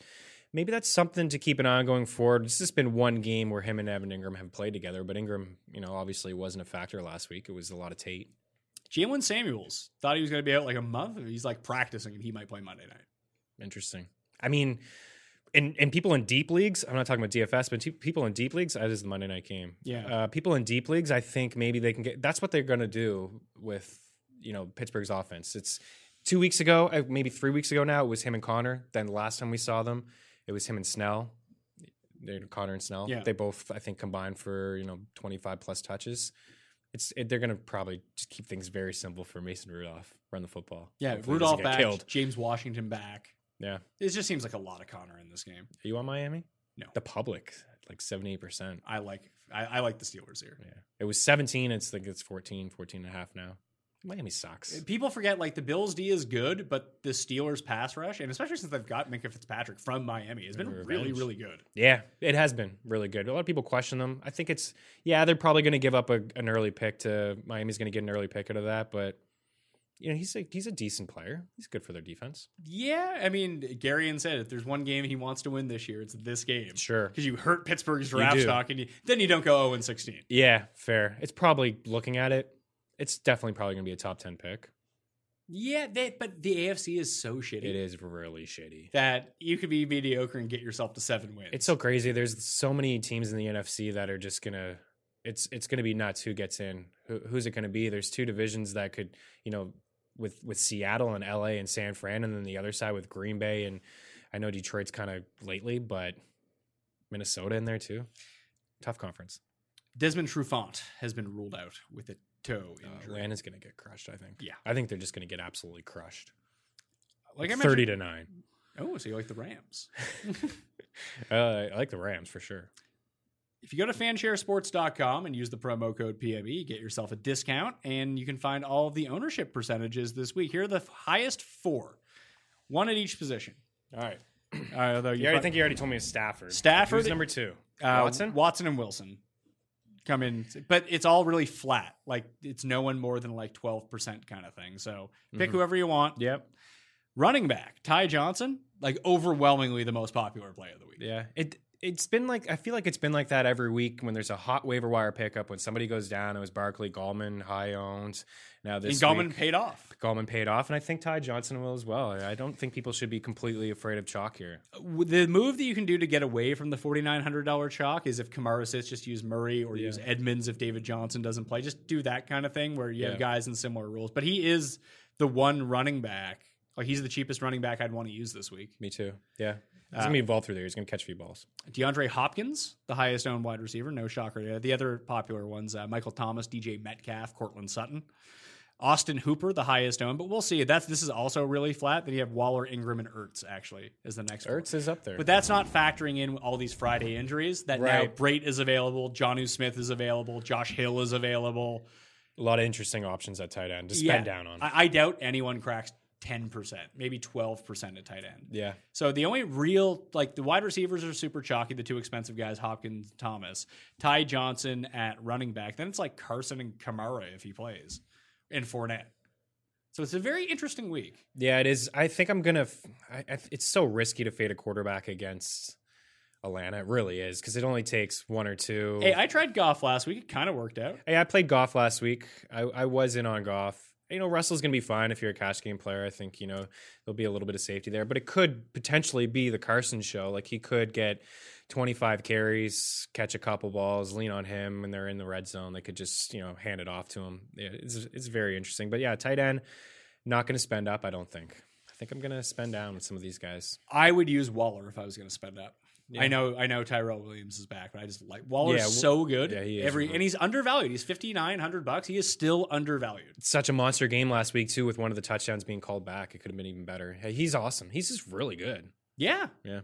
S3: maybe that's something to keep an eye on going forward. This has been one game where him and Evan Ingram have played together, but Ingram, you know, obviously wasn't a factor last week. It was a lot of Tate.
S2: Jalen Samuels thought he was gonna be out like a month. He's like practicing, and he might play Monday night.
S3: Interesting. I mean, and and people in deep leagues. I'm not talking about DFS, but t- people in deep leagues. That is the Monday night game.
S2: Yeah.
S3: Uh, people in deep leagues. I think maybe they can get. That's what they're going to do with you know Pittsburgh's offense. It's two weeks ago, uh, maybe three weeks ago now. It was him and Connor. Then last time we saw them, it was him and Snell. They're Connor and Snell.
S2: Yeah.
S3: They both, I think, combined for you know 25 plus touches. It's it, they're going to probably just keep things very simple for Mason Rudolph. Run the football.
S2: Yeah,
S3: Hopefully he doesn't
S2: Rudolph
S3: get
S2: back, James Washington back.
S3: Yeah.
S2: It just seems like a lot of Connor in this game.
S3: Are you on Miami?
S2: No. Uh.
S3: The public, like 78%.
S2: I like I, I like the Steelers here.
S3: Yeah. It was 17. It's like it's 14, 14 and a half now. Miami sucks.
S2: People forget like the Bills D is good, but the Steelers pass rush, and especially since they've got Minka Fitzpatrick from Miami, has been
S3: Revenge.
S2: really, really good.
S3: Yeah, it has been really good. A lot of people question them. I think it's, yeah, they're probably going to give up a, an early pick to Miami's going to get an early pick out of that. But, you know, he's a, he's a decent player. He's good for their defense.
S2: Yeah, I mean, Garion said if there's one game he wants to win this year, it's this game.
S3: Sure.
S2: Because you hurt Pittsburgh's draft
S3: do.
S2: stock, and you, then you don't go 0 and 16.
S3: Yeah, fair. It's probably looking at it. It's definitely probably going to be a top 10 pick.
S2: Yeah, they, but the AFC is so shitty
S3: It is really shitty.
S2: that you could be mediocre and get yourself to seven wins.
S3: It's so crazy. There's so many teams in the NFC that are just gonna. It's it's gonna be nuts who gets in. Who, who's it gonna be? There's two divisions that could, you know, with with Seattle and LA and San Fran, and then the other side with Green Bay and I know Detroit's kind of lately, but Minnesota in there too. Tough conference.
S2: Desmond Trufant has been ruled out with a toe
S3: Uh,
S2: injury.
S3: Atlanta's gonna get crushed. I think.
S2: Yeah.
S3: I think they're just gonna get absolutely crushed.
S2: like I
S3: thirty
S2: mentioned,
S3: to nine.
S2: oh, so you like the [laughs] Rams?
S3: Uh, I like the Rams for sure.
S2: If you go to fansharesports.com and use the promo code PME, you get yourself a discount and you can find all of the ownership percentages this week. Here are the f- highest four, one at each position.
S3: All right.
S2: Uh, although
S3: You already, I think you already told me it's Stafford.
S2: Stafford-
S3: Who's number two.
S2: uh,
S3: Watson.
S2: Watson and Wilson come in, but it's all really flat. Like it's no one more than like 12% kind of thing. So pick whoever you want.
S3: Yep.
S2: Running back, Ty Johnson, like overwhelmingly the most popular play of the week.
S3: Yeah. It it's been like I feel like it's been like that every week when there's a hot waiver wire pickup when somebody goes down. It was Barkley, Gallman, high owned. Now
S2: And
S3: this
S2: Gallman
S3: week,
S2: paid off.
S3: Gallman paid off, and I think Ty Johnson will as well. I don't think people should be completely afraid of chalk here.
S2: the move that you can do to get away from the $4,900 chalk is if Kamara sits, just use Murray or use Edmonds if David Johnson doesn't play. Just do that kind of thing where you have
S3: Yeah.
S2: guys in similar rules. But he is the one running back. Like he's the cheapest running back I'd want to use this week.
S3: Me too. Yeah.
S2: Uh,
S3: He's gonna be involved through there. He's gonna catch a few balls.
S2: DeAndre Hopkins, the highest owned wide receiver, no shocker. there. The other popular ones: uh, Michael Thomas, DJ Metcalf, Cortland Sutton, Austin Hooper, the highest owned. But we'll see. That's this is also really flat. Then you have Waller, Ingram, and Ertz actually is the next. one.
S3: Ertz is up there.
S2: But that's not factoring in all these Friday injuries. That now
S3: Right.
S2: Brait is available, Johnu Smith is available, Josh Hill is available.
S3: a lot of interesting options at tight end to
S2: Yeah.
S3: spend down on.
S2: I, I doubt anyone cracks ten percent, maybe twelve percent at tight end.
S3: yeah.
S2: So the only real like the wide receivers are super chalky, the two expensive guys, Hopkins, Thomas, Ty Johnson at running back. Then it's like Carson and Kamara if he plays, and Fournette. So it's a very interesting week.
S3: Yeah, it is. I think I'm gonna. f- I, I, it's so risky to fade a quarterback against Atlanta. It really is because it only takes one or two.
S2: Hey, I tried golf last week. It kind of worked out.
S3: Hey, I played golf last week. I, I was in on golf. You know, Russell's going to be fine if you're a cash game player. I think, you know, there'll be a little bit of safety there, but it could potentially be the Carson show. Like, he could get 25 carries, catch a couple balls, lean on him, and they're in the red zone. They could just, you know, hand it off to him. Yeah, it's, it's very interesting. But yeah, tight end, not going to spend up, I don't think. I think I'm going to spend down with some of these guys.
S2: I would use Waller if I was going to spend up.
S3: Yeah.
S2: I know, I know Tyrell Williams is back, but I just like Waller's
S3: Yeah, Wa-
S2: so good.
S3: yeah, he is
S2: Every
S3: really-
S2: and he's undervalued. He's fifty nine hundred bucks. He is still undervalued.
S3: Such a monster game last week, too, with one of the touchdowns being called back. It could have been even better. Hey, he's awesome. He's just really good.
S2: Yeah,
S3: Yeah.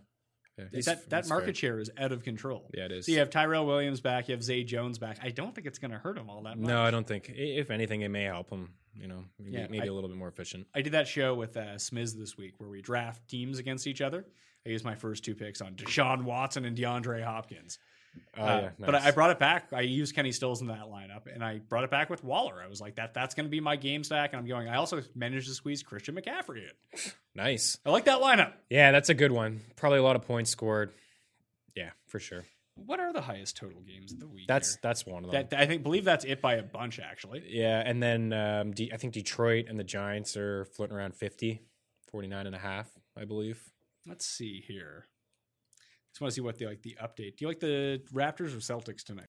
S3: yeah he's-
S2: that that
S3: he's
S2: market
S3: fair.
S2: share is out of control.
S3: Yeah, it is.
S2: So you have Tyrell Williams back. You have Zay Jones back. I don't think it's going to hurt him all that much.
S3: No, I don't think. i- If anything, it may help him. You know, maybe,
S2: Yeah,
S3: maybe
S2: I-
S3: a little bit more efficient.
S2: I did that show with uh, Smiz this week where we draft teams against each other. I used my first two picks on Deshaun Watson and DeAndre Hopkins.
S3: Oh,
S2: Uh, But I I
S3: nice.
S2: brought it back. I used Kenny Stills in that lineup, and I brought it back with Waller. I was like, that that's going to be my game stack. And I'm going. I also managed to squeeze Christian McCaffrey in.
S3: nice.
S2: I like that lineup.
S3: Yeah, that's a good one. Probably a lot of points scored. Yeah, for sure.
S2: What are the highest total games of the week?
S3: That's
S2: here?
S3: that's one of them.
S2: that, I think believe that's it by a bunch actually.
S3: yeah, and then um, D- I think Detroit and the Giants are floating around 50, 49 and a half, I believe.
S2: Let's see here. Just want to see what the like the update. Do you like the Raptors or Celtics tonight?